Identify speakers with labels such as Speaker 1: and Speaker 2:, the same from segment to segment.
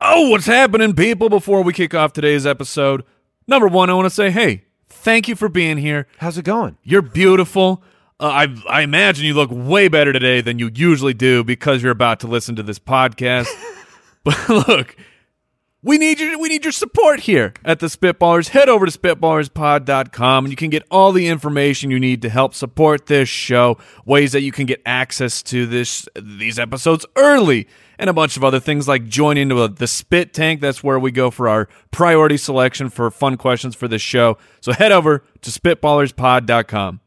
Speaker 1: Oh, what's happening, people? Before we kick off today's episode, number one, I want to say, hey, thank you for being here.
Speaker 2: How's it going?
Speaker 1: You're beautiful. Uh, I I imagine you look way better today than you usually do because you're about to listen to this podcast. but look, we need your we need your support here at the Spitballers. Head over to spitballerspod.com and you can get all the information you need to help support this show, ways that you can get access to this these episodes early, and a bunch of other things like join into a, the Spit Tank. That's where we go for our priority selection for fun questions for this show. So head over to spitballerspod.com.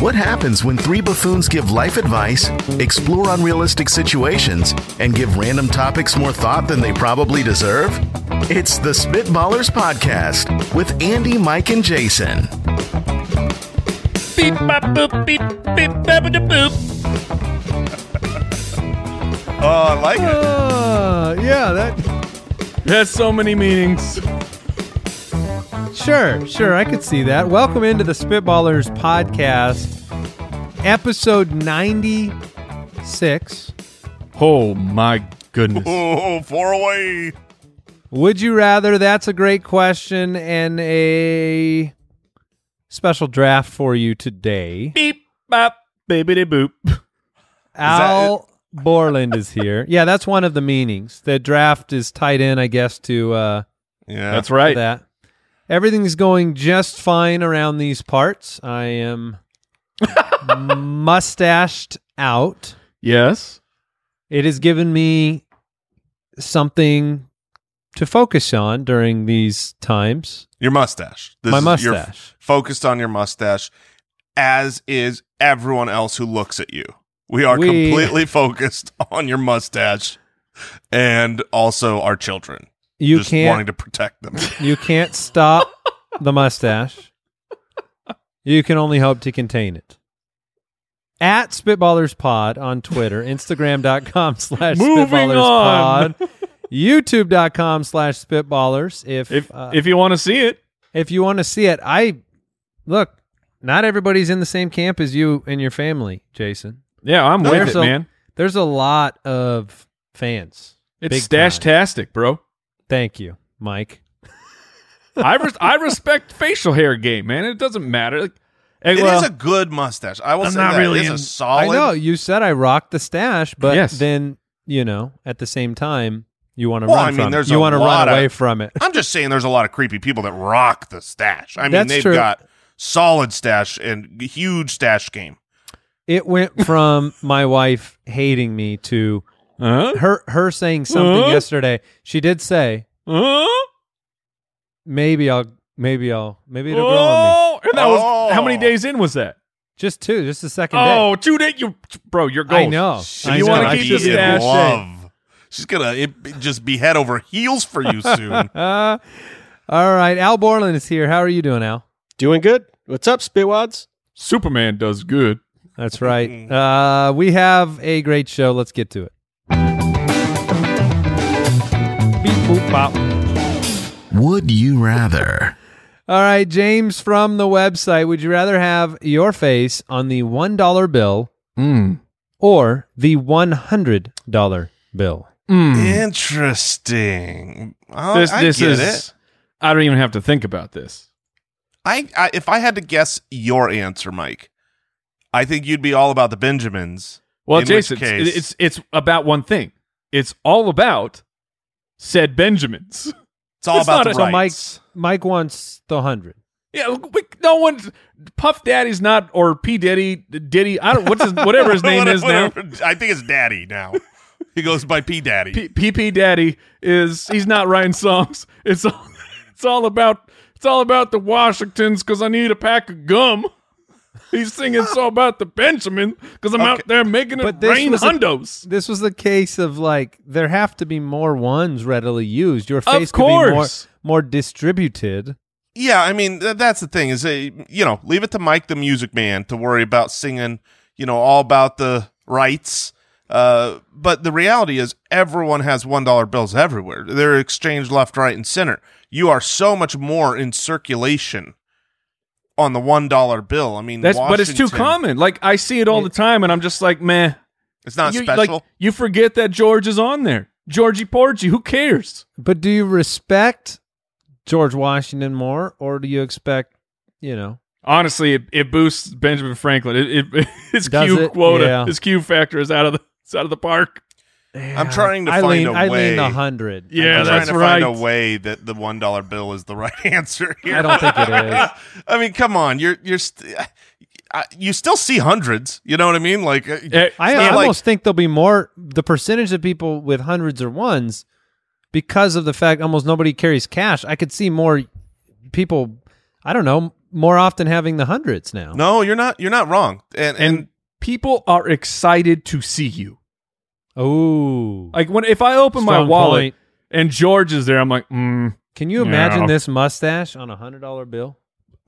Speaker 3: What happens when three buffoons give life advice, explore unrealistic situations, and give random topics more thought than they probably deserve? It's the Spitballers Podcast with Andy, Mike, and Jason.
Speaker 4: Beep, bop, boop, beep, beep, bop, da, boop.
Speaker 3: Oh, I like it.
Speaker 2: Uh, yeah, that.
Speaker 1: It has so many meanings.
Speaker 2: Sure, sure, I could see that. Welcome into the Spitballers podcast, episode 96.
Speaker 1: Oh my goodness.
Speaker 4: Oh, far away.
Speaker 2: Would you rather? That's a great question and a special draft for you today.
Speaker 4: Beep, bop.
Speaker 1: Baby de boop.
Speaker 2: Al Borland is here. Yeah, that's one of the meanings. The draft is tied in, I guess, to uh,
Speaker 4: Yeah.
Speaker 1: That's right.
Speaker 2: that. Everything's going just fine around these parts. I am mustached out.
Speaker 1: Yes.
Speaker 2: It has given me something to focus on during these times.
Speaker 4: your mustache. This
Speaker 2: My
Speaker 4: is- you're f-
Speaker 2: mustache.
Speaker 4: focused on your mustache, as is everyone else who looks at you. We are
Speaker 2: We-
Speaker 4: completely focused on your mustache and also our children.
Speaker 2: You
Speaker 4: just wanting
Speaker 2: can't
Speaker 4: to protect them.
Speaker 2: you can't stop the mustache. You can only hope to contain it. At Spitballers Pod on Twitter, Instagram.com slash
Speaker 1: Moving on.
Speaker 2: Spitballers Pod, YouTube.com slash Spitballers. If
Speaker 1: If
Speaker 2: uh,
Speaker 1: if you want to see it,
Speaker 2: if you want to see it, I look. Not everybody's in the same camp as you and your family, Jason.
Speaker 1: yeah, I'm with
Speaker 2: There's
Speaker 1: it,
Speaker 2: a-
Speaker 1: man.
Speaker 2: There's a lot of fans.
Speaker 1: It's
Speaker 2: big time.
Speaker 1: stash-tastic, bro.
Speaker 2: Thank you, Mike.
Speaker 1: I res- I respect facial hair game, man. It doesn't matter. Like, eh,
Speaker 4: It is
Speaker 1: well,
Speaker 4: a good mustache. I will
Speaker 1: I'm
Speaker 4: say
Speaker 1: not
Speaker 4: that.
Speaker 1: really
Speaker 4: it is
Speaker 1: in-
Speaker 4: a solid.
Speaker 2: I know you said I rocked the stash, but
Speaker 1: Yes.
Speaker 2: then you know at the same time you want to
Speaker 4: Well,
Speaker 2: run
Speaker 4: I mean,
Speaker 2: from
Speaker 4: there's
Speaker 2: it. You
Speaker 4: a
Speaker 2: want to
Speaker 4: lot
Speaker 2: run
Speaker 4: of-
Speaker 2: away from it.
Speaker 4: I'm just saying there's a lot of creepy people that rock the stash. I mean,
Speaker 2: That's
Speaker 4: they've
Speaker 2: true.
Speaker 4: got solid stash and huge stash game.
Speaker 2: It went from my wife hating me to
Speaker 1: huh?
Speaker 2: her her saying something
Speaker 1: Huh?
Speaker 2: yesterday. She did say
Speaker 1: Huh?
Speaker 2: maybe I'll maybe I'll maybe it'll grow on me.
Speaker 1: Oh, and that was how many
Speaker 4: Oh.
Speaker 1: days in was that?
Speaker 2: Just two, just the second day.
Speaker 1: Oh, two days. You, bro, you're gold.
Speaker 2: I know.
Speaker 1: If
Speaker 2: I
Speaker 1: you
Speaker 2: know.
Speaker 1: wanna
Speaker 4: She's gonna
Speaker 1: keep
Speaker 4: be
Speaker 1: the
Speaker 4: in
Speaker 1: stash
Speaker 4: love. She's gonna it, be- just be head over heels for you soon.
Speaker 2: Uh, all right, Al Borland is here. How are you doing, Al?
Speaker 5: Doing good. What's up, Spitwads?
Speaker 1: Superman does good.
Speaker 2: That's right. Uh, we have a great show. Let's get to it. Beep, boop, bop.
Speaker 3: Would you rather?
Speaker 2: All right, James from the website. Would you rather have your face on the one dollar bill
Speaker 1: Mm.
Speaker 2: or the one hundred dollar bill?
Speaker 1: Mm.
Speaker 4: Interesting. Oh,
Speaker 1: this
Speaker 4: I
Speaker 1: this
Speaker 4: get
Speaker 1: is.
Speaker 4: it.
Speaker 1: I don't even have to think about this.
Speaker 4: I, I if I had to guess your answer, Mike, I think you'd be all about the Benjamins.
Speaker 1: Well,
Speaker 4: In which
Speaker 1: Jason, it's,
Speaker 4: case-
Speaker 1: it's it's about one thing. It's all about said Benjamins.
Speaker 4: It's all
Speaker 1: It's
Speaker 4: about
Speaker 1: not
Speaker 4: the
Speaker 1: a-
Speaker 4: rights.
Speaker 1: so
Speaker 2: Mike, Mike wants the hundred.
Speaker 1: Yeah, look, we, no one's Puff Daddy's not or P Diddy Diddy. I don't what's his, whatever his name is now.
Speaker 4: Whatever. I think it's Daddy now. he goes by P Daddy.
Speaker 1: P P P Daddy is he's not writing songs. It's all it's all about it's all about the Washingtons because I need a pack of gum. He's singing so about the Benjamin because I'm out
Speaker 4: Okay.
Speaker 1: there making
Speaker 2: But
Speaker 1: it
Speaker 2: this
Speaker 1: rain
Speaker 2: was a-
Speaker 1: hundos.
Speaker 2: This was the case of like there have to be more ones readily used. Your
Speaker 1: Of
Speaker 2: face could be more
Speaker 1: course.
Speaker 2: more distributed.
Speaker 4: Yeah, I mean th- that's the thing is uh, you know leave it to Mike the Music Man to worry about singing you know all about the rights. Uh, but the reality is everyone has one dollar bills everywhere. They're exchanged left, right, and center. You are so much more in circulation on the one dollar bill. I mean,
Speaker 6: That's but it's too
Speaker 4: Washington-
Speaker 6: common. Like I see it all the time, and I'm just like, man,
Speaker 4: It's not
Speaker 6: you,
Speaker 4: special.
Speaker 6: like you forget that George is on there. Georgie Porgy, who cares?
Speaker 2: But do you respect George Washington more, or do you expect, you know,
Speaker 6: Honestly, it, it boosts Benjamin Franklin. It, it his
Speaker 2: Does
Speaker 6: Q
Speaker 2: it?
Speaker 6: quota,
Speaker 2: Yeah.
Speaker 6: his Q factor is out of the it's out of the park.
Speaker 4: I'm trying to
Speaker 2: I
Speaker 4: find
Speaker 2: lean,
Speaker 4: a
Speaker 2: I
Speaker 4: way.
Speaker 2: lean a hundred.
Speaker 6: Yeah,
Speaker 4: I'm
Speaker 6: that's
Speaker 4: trying to
Speaker 6: right.
Speaker 4: find a way that the one dollar bill is the right answer here.
Speaker 2: I don't think it is.
Speaker 4: I mean, come on, you're you're st- I, you still see hundreds. You know what I mean? Like uh,
Speaker 6: Eh,
Speaker 2: I
Speaker 4: not like-
Speaker 2: almost think there'll be more. The percentage of people with hundreds or ones, because of the fact almost nobody carries cash. I could see more people. I don't know more often having the hundreds now.
Speaker 4: no, you're not you're not wrong. And and,
Speaker 6: and people are excited to see you.
Speaker 2: Oh,
Speaker 6: Like when if I open my
Speaker 2: Strong
Speaker 6: wallet
Speaker 2: point.
Speaker 6: and George is there, I'm like, mm.
Speaker 2: Can you
Speaker 6: Yeah.
Speaker 2: imagine this mustache on a hundred dollar bill?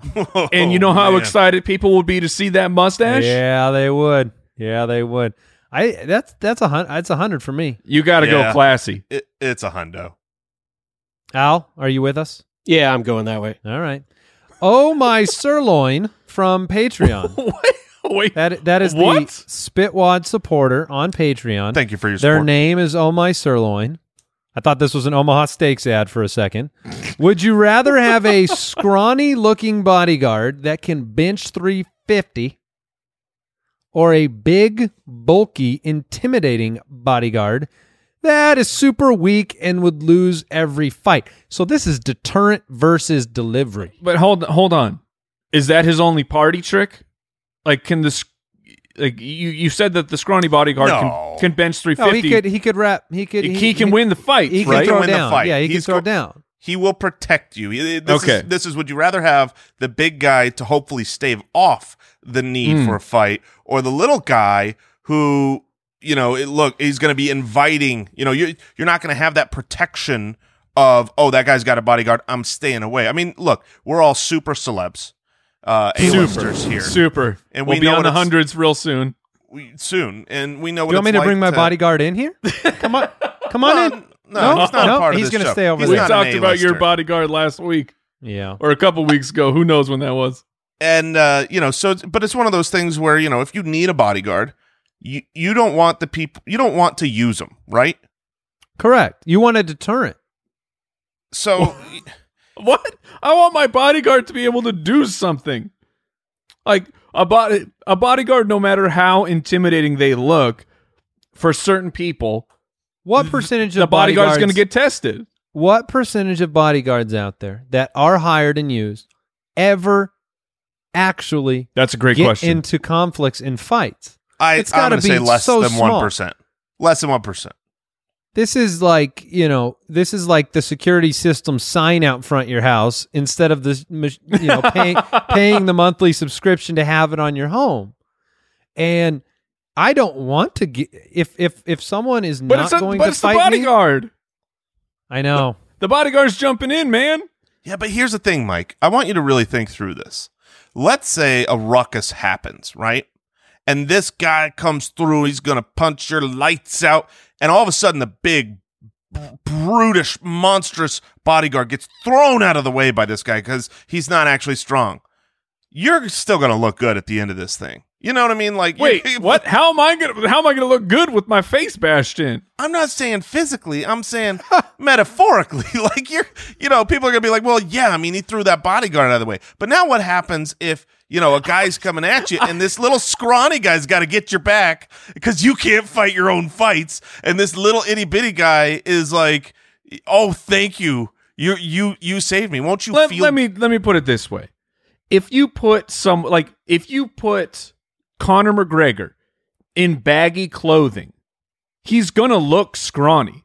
Speaker 6: and you know how
Speaker 4: Oh, man.
Speaker 6: excited people would be to see that mustache.
Speaker 2: Yeah, they would. Yeah, they would. I that's that's a hundred. That's a hundred for me.
Speaker 6: You got to
Speaker 4: Yeah.
Speaker 6: go classy.
Speaker 4: It, it's a hundo.
Speaker 2: Al, are you with us?
Speaker 5: Yeah, I'm going that way.
Speaker 2: All right. Oh my sirloin from Patreon.
Speaker 6: Wait,
Speaker 2: That that is
Speaker 6: What?
Speaker 2: the Spitwad supporter on Patreon.
Speaker 4: Thank you for your
Speaker 2: Their
Speaker 4: support.
Speaker 2: name is Oh My Sirloin. I thought this was an Omaha Steaks ad for a second. Would you rather have a scrawny looking bodyguard that can bench 350 or a big, bulky, intimidating bodyguard that is super weak and would lose every fight? So this is deterrent versus delivery.
Speaker 6: but hold hold on. Is that his only party trick? Like, can this? Like you, you said that the scrawny bodyguard
Speaker 4: No.
Speaker 6: can, can bench three
Speaker 2: No,
Speaker 6: fifty.
Speaker 2: Oh, he could he could wrap he could
Speaker 6: he, can win the fight,
Speaker 2: he can
Speaker 6: right?
Speaker 2: throw
Speaker 4: Win the
Speaker 2: down.
Speaker 4: fight.
Speaker 2: Yeah, he can
Speaker 4: He's
Speaker 2: throw
Speaker 4: go-
Speaker 2: down.
Speaker 4: He will protect you. Eh, This
Speaker 6: Okay.
Speaker 4: Is, this is would you rather have the big guy to hopefully stave off the need
Speaker 2: Hmm.
Speaker 4: for a fight, or the little guy who you know it, look he's going to be inviting. You know you you're not going to have that protection of oh that guy's got a bodyguard. I'm staying away. I mean look we're all super celebs, uh, A-listers here
Speaker 6: Super,
Speaker 4: And
Speaker 6: and
Speaker 4: we
Speaker 6: we'll be
Speaker 4: know
Speaker 6: on
Speaker 4: what
Speaker 6: the
Speaker 4: it's-
Speaker 6: hundreds real soon.
Speaker 4: we, soon, and we know what
Speaker 2: You want me
Speaker 4: it's
Speaker 2: to
Speaker 4: like
Speaker 2: bring my bodyguard in here? Come on, come on in.
Speaker 4: No,
Speaker 2: No,
Speaker 4: he's not a
Speaker 2: no,
Speaker 4: part of
Speaker 2: he's
Speaker 4: this
Speaker 2: gonna
Speaker 4: show.
Speaker 2: stay over
Speaker 4: He's
Speaker 2: there.
Speaker 6: we
Speaker 4: not an
Speaker 6: talked about your
Speaker 4: A-lister.
Speaker 6: bodyguard last week
Speaker 2: Yeah.
Speaker 6: or a couple weeks ago. Who knows when that was?
Speaker 4: and uh, you know, so it's- but it's one of those things where you know, if you need a bodyguard, you you don't want the people, you don't want to use them, right?
Speaker 2: Correct. You want a deterrent.
Speaker 4: So
Speaker 6: What? I want my bodyguard to be able to do something. Like a body, a bodyguard, no matter how intimidating they look, for certain people,
Speaker 2: What percentage
Speaker 6: the
Speaker 2: of
Speaker 6: bodyguard's
Speaker 2: bodyguards
Speaker 6: going to get tested.
Speaker 2: What percentage of bodyguards out there that are hired and used ever actually
Speaker 6: That's a great
Speaker 2: get into conflicts and fights?
Speaker 4: I,
Speaker 2: It's
Speaker 4: I'm
Speaker 2: gotta
Speaker 4: going to say
Speaker 2: be
Speaker 4: less
Speaker 2: so
Speaker 4: than
Speaker 2: small.
Speaker 4: one percent, less than one percent.
Speaker 2: This is like you know, this is like the security system sign out front your house instead of the mach- you know paying paying the monthly subscription to have it on your home, and I don't want to get if if if someone is
Speaker 6: but
Speaker 2: not
Speaker 6: it's, a,
Speaker 2: going
Speaker 6: but
Speaker 2: to
Speaker 6: it's the
Speaker 2: fight me,
Speaker 6: bodyguard.
Speaker 2: I know.
Speaker 6: The bodyguard's jumping in, man.
Speaker 4: Yeah, but here's the thing, Mike. I want you to really think through this. Let's say a ruckus happens, right? And this guy comes through, he's going to punch your lights out, and all of a sudden the big br- brutish monstrous bodyguard gets thrown out of the way by this guy cuz he's not actually strong. You're still going to look good at the end of this thing. You know what I mean? Like you-
Speaker 6: Wait, what? How am I gonna? How am I gonna look good with my face bashed in?
Speaker 4: I'm not saying physically. I'm saying metaphorically. like you're, you know, people are gonna be like, well, yeah. I mean, he threw that bodyguard out of the way. But now, what happens if you know a guy's coming at you and this little scrawny guy's got to get your back because you can't fight your own fights, and this little itty bitty guy is like, oh, thank you, you you you saved me. Won't you
Speaker 6: Let,
Speaker 4: feel?
Speaker 6: let me let me put it this way: if you put some like if you put Conor McGregor in baggy clothing, he's gonna look scrawny.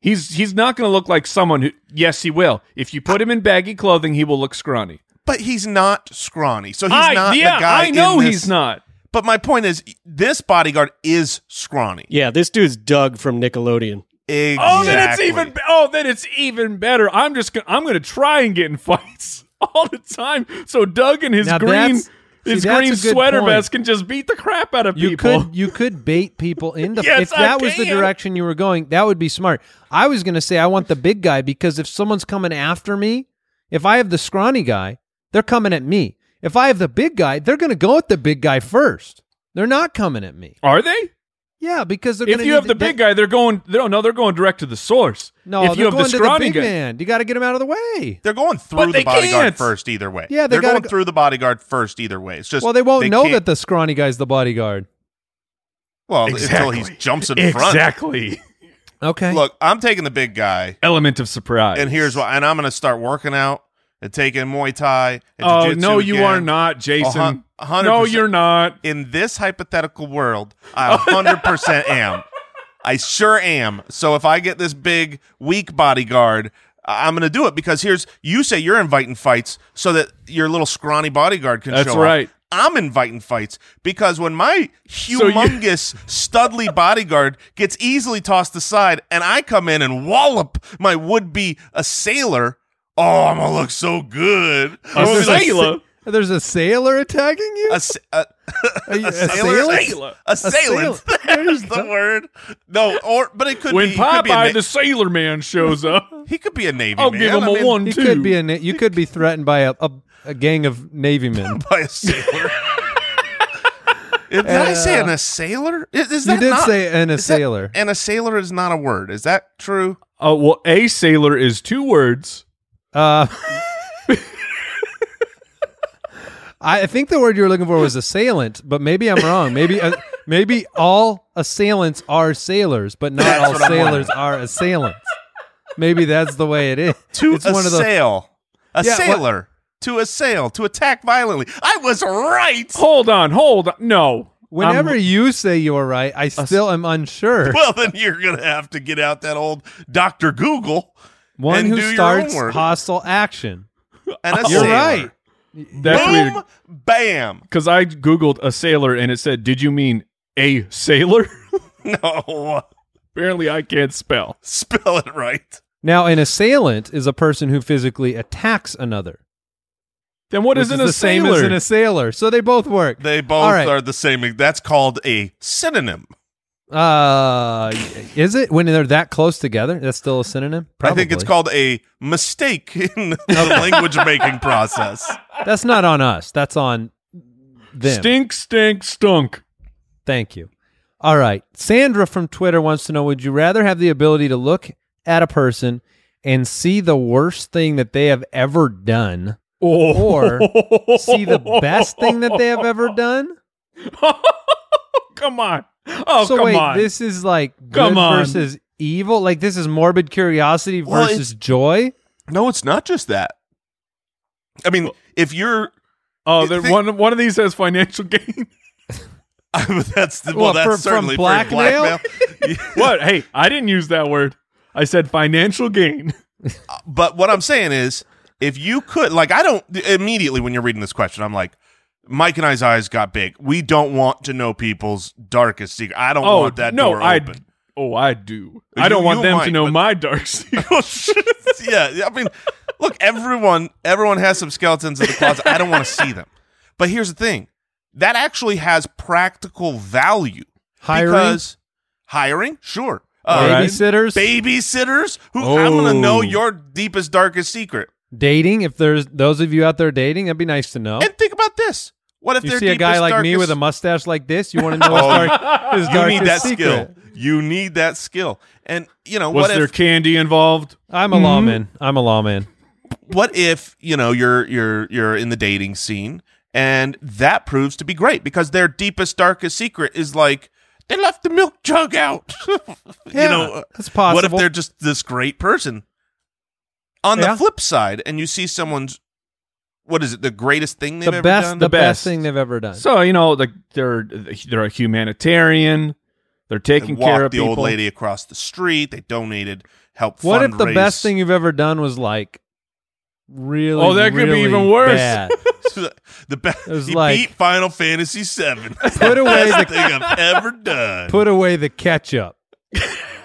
Speaker 6: He's he's not gonna look like someone who. Yes, he will. If you put him in baggy clothing, he will look scrawny.
Speaker 4: But he's not scrawny, so he's
Speaker 6: I
Speaker 4: not
Speaker 6: yeah,
Speaker 4: the guy.
Speaker 6: I know
Speaker 4: in this-
Speaker 6: he's not.
Speaker 4: But my point is, this bodyguard is scrawny.
Speaker 5: Yeah, this dude's Doug from Nickelodeon.
Speaker 4: Exactly.
Speaker 6: Oh, then it's even. be- Oh, then it's even better. I'm just. Gonna, I'm gonna try and get in fights all the time. So Doug and his
Speaker 2: Now
Speaker 6: green,
Speaker 2: that's- see,
Speaker 6: his
Speaker 2: that's a
Speaker 6: green
Speaker 2: good
Speaker 6: sweater
Speaker 2: point.
Speaker 6: vest can just beat the crap out of
Speaker 2: You
Speaker 6: people.
Speaker 2: could you could bait people into if
Speaker 6: Yes, I
Speaker 2: that was the
Speaker 6: can.
Speaker 2: direction you were going, that would be smart. I was going to say I want the big guy because if someone's coming after me, if I have the scrawny guy, they're coming at me. If I have the big guy, they're going to go at the big guy first. They're not coming at me.
Speaker 6: Are they?
Speaker 2: Yeah, because they're.
Speaker 6: If
Speaker 2: gonna
Speaker 6: you
Speaker 2: need
Speaker 6: have
Speaker 2: to-
Speaker 6: the big guy, they're going. They don't, no, they're going direct to the source.
Speaker 2: no,
Speaker 6: if
Speaker 2: they're
Speaker 6: you have
Speaker 2: going
Speaker 6: the
Speaker 2: to
Speaker 6: scrawny
Speaker 2: big
Speaker 6: guy,
Speaker 2: man, you got to get him out of the way.
Speaker 4: They're going through
Speaker 6: they
Speaker 4: the bodyguard
Speaker 6: can't.
Speaker 4: first either way.
Speaker 2: Yeah, they
Speaker 4: they are
Speaker 2: gotta
Speaker 4: going
Speaker 2: go-
Speaker 4: through the bodyguard first either way. It's just
Speaker 2: Well, they won't know
Speaker 4: can't-
Speaker 2: that the scrawny guy's the bodyguard.
Speaker 4: well
Speaker 6: Exactly.
Speaker 4: until he jumps in front.
Speaker 6: exactly.
Speaker 2: Okay.
Speaker 4: Look, I'm taking the big guy,
Speaker 6: Element of surprise.
Speaker 4: and here's why. And I'm going to start working out and taking Muay Thai. And
Speaker 6: Oh
Speaker 4: jiu-jitsu
Speaker 6: no, you
Speaker 4: again.
Speaker 6: are not, Jason.
Speaker 4: A hun-
Speaker 6: No,
Speaker 4: 100%.
Speaker 6: you're not.
Speaker 4: in this hypothetical world, I 100% am. I sure am. So if I get this big, weak bodyguard, I- I'm going to do it because here's you say you're inviting fights so that your little scrawny bodyguard can
Speaker 6: That's
Speaker 4: show up.
Speaker 6: right.
Speaker 4: I'm inviting fights because when my
Speaker 6: you-
Speaker 4: humongous, studly bodyguard gets easily tossed aside and I come in and wallop my would be assailer, oh, I'm going to look so good. I'm gonna be like,
Speaker 6: Sailor.
Speaker 2: There's a sailor attacking you.
Speaker 4: ass- uh,
Speaker 2: Are you-
Speaker 4: assailant?
Speaker 2: assailant?
Speaker 4: Assailant. There's the word. No, or but it could
Speaker 6: When
Speaker 4: be. He could be, a
Speaker 6: Popeye
Speaker 4: na-
Speaker 6: the Sailor Man shows up,
Speaker 4: he could be a navy.
Speaker 6: I'll
Speaker 4: man.
Speaker 6: give him
Speaker 4: I
Speaker 6: a
Speaker 4: mean,
Speaker 6: one
Speaker 2: You
Speaker 6: two.
Speaker 2: could be a na- you could be threatened by a, a, a gang of navy men.
Speaker 4: by a sailor. Did I say an assailer? Is, is that
Speaker 2: Uh, you did
Speaker 4: not-
Speaker 2: say an
Speaker 4: is that-
Speaker 2: assailer.
Speaker 4: An assailer is not a word. Is that true?
Speaker 6: Uh, well, a sailor is two words.
Speaker 2: Uh, I I think the word you were looking for was assailant, but maybe I'm wrong. Maybe uh, maybe all assailants are sailors, but not
Speaker 4: That's
Speaker 2: all
Speaker 4: what I'm
Speaker 2: sailors are assailants. Maybe that's the way it is.
Speaker 4: To
Speaker 2: it's
Speaker 4: assail.
Speaker 2: one of the
Speaker 4: A
Speaker 2: Yeah, what-
Speaker 4: sailor. To assail. To attack violently. I was right.
Speaker 6: Hold on, hold on. No,
Speaker 2: whenever
Speaker 6: I'm-
Speaker 2: you say you are right, I still am unsure.
Speaker 4: Well, then you're gonna have to get out that old Doctor Google
Speaker 2: One
Speaker 4: and
Speaker 2: who
Speaker 4: do your own
Speaker 2: starts
Speaker 4: word.
Speaker 2: hostile action.
Speaker 4: and a
Speaker 2: You're
Speaker 4: sailor.
Speaker 2: right.
Speaker 6: that's weird.
Speaker 4: Boom, bam.
Speaker 6: because I googled a sailor and it said, "Did you mean a sailor?"
Speaker 4: No,
Speaker 6: Apparently, I can't spell.
Speaker 4: spell it right.
Speaker 2: Now, an assailant is a person who physically attacks another.
Speaker 6: Then what
Speaker 2: which
Speaker 6: isn't
Speaker 2: is
Speaker 6: a
Speaker 2: the same
Speaker 6: sailor?
Speaker 2: as an assailer? So they both work.
Speaker 4: They both
Speaker 2: All right.
Speaker 4: are the same. That's called a synonym.
Speaker 2: Uh, is it when they're that close together? That's still a synonym. Probably.
Speaker 4: I think it's called a mistake in the language making process.
Speaker 2: That's not on us. That's on them.
Speaker 6: Stink, stink, stunk.
Speaker 2: Thank you. All right. Sandra from Twitter wants to know: Would you rather have the ability to look at a person and see the worst thing that they have ever done,
Speaker 6: Oh.
Speaker 2: or see the best thing that they have ever done?
Speaker 6: come on. Oh,
Speaker 2: so
Speaker 6: come
Speaker 2: wait,
Speaker 6: on.
Speaker 2: this is like
Speaker 6: Come
Speaker 2: good
Speaker 6: on.
Speaker 2: versus evil. Like this is morbid curiosity
Speaker 4: Well, it's-
Speaker 2: versus joy.
Speaker 4: No, it's not just that. I mean, if you're,
Speaker 6: oh,
Speaker 4: you
Speaker 6: there,
Speaker 4: think-
Speaker 6: one one of these has financial gain.
Speaker 4: that's the,
Speaker 2: Well,
Speaker 4: well,
Speaker 2: for-
Speaker 4: that's
Speaker 2: from
Speaker 4: certainly for
Speaker 2: blackmail?
Speaker 4: blackmail.
Speaker 6: what? Hey, I didn't use that word. I said financial gain.
Speaker 4: but what I'm saying is, if you could, like, I don't immediately when you're reading this question, I'm like, Mike and I's eyes got big. We don't want to know people's darkest secret. I don't
Speaker 6: oh,
Speaker 4: want that
Speaker 6: no,
Speaker 4: door
Speaker 6: I.
Speaker 4: open.
Speaker 6: Oh, I do.
Speaker 4: You-
Speaker 6: I don't want
Speaker 4: you
Speaker 6: them to
Speaker 4: might,
Speaker 6: know
Speaker 4: but-
Speaker 6: my dark secret.
Speaker 4: yeah, I mean, look, everyone everyone has some skeletons in the closet. I don't want to see them. But here's the thing. That actually has practical value.
Speaker 2: Hiring
Speaker 4: Because hiring, sure.
Speaker 6: All
Speaker 4: Uh,
Speaker 6: right.
Speaker 2: babysitters,
Speaker 4: Babysitters who I'm gonna know
Speaker 6: Oh.
Speaker 4: your deepest, darkest secret.
Speaker 2: dating. If there's those of you out there dating, that'd be nice to know.
Speaker 4: And think about this. What if
Speaker 2: you
Speaker 4: their
Speaker 2: see a guy
Speaker 4: deepest,
Speaker 2: like me
Speaker 4: darkest-
Speaker 2: with a mustache like this, you want to know his
Speaker 4: Oh,
Speaker 2: dark, his
Speaker 4: you need
Speaker 2: darkest
Speaker 4: that
Speaker 2: secret.
Speaker 4: skill. You need that skill. And you know,
Speaker 6: Was
Speaker 4: what
Speaker 6: there
Speaker 4: if
Speaker 6: candy involved?
Speaker 2: I'm
Speaker 4: Mm-hmm.
Speaker 2: a lawman. I'm a lawman.
Speaker 4: what if you know you're you're you're in the dating scene and that proves to be great because their deepest darkest secret is like they left the milk jug out you know uh,
Speaker 2: that's possible.
Speaker 4: what if they're just this great person on
Speaker 2: Yeah.
Speaker 4: the flip side and you see someone's what is it the greatest thing they've
Speaker 2: the
Speaker 4: ever
Speaker 2: best,
Speaker 4: done
Speaker 2: the,
Speaker 6: The
Speaker 2: best
Speaker 6: best.
Speaker 2: thing they've ever done?
Speaker 6: So you know, like they're they're a humanitarian. They're
Speaker 4: They
Speaker 6: taking
Speaker 4: walked
Speaker 6: care of
Speaker 4: the
Speaker 6: people.
Speaker 4: old lady across the street they donated help
Speaker 2: what if the
Speaker 4: fundraise.
Speaker 2: best thing you've ever done was like really?
Speaker 6: Oh, that could be
Speaker 2: really
Speaker 6: even worse.
Speaker 2: bad?
Speaker 4: the best
Speaker 2: It was
Speaker 4: he
Speaker 2: like-
Speaker 4: beat final fantasy 7
Speaker 2: Put away
Speaker 4: best
Speaker 2: the
Speaker 4: thing i've ever done
Speaker 2: put away the ketchup.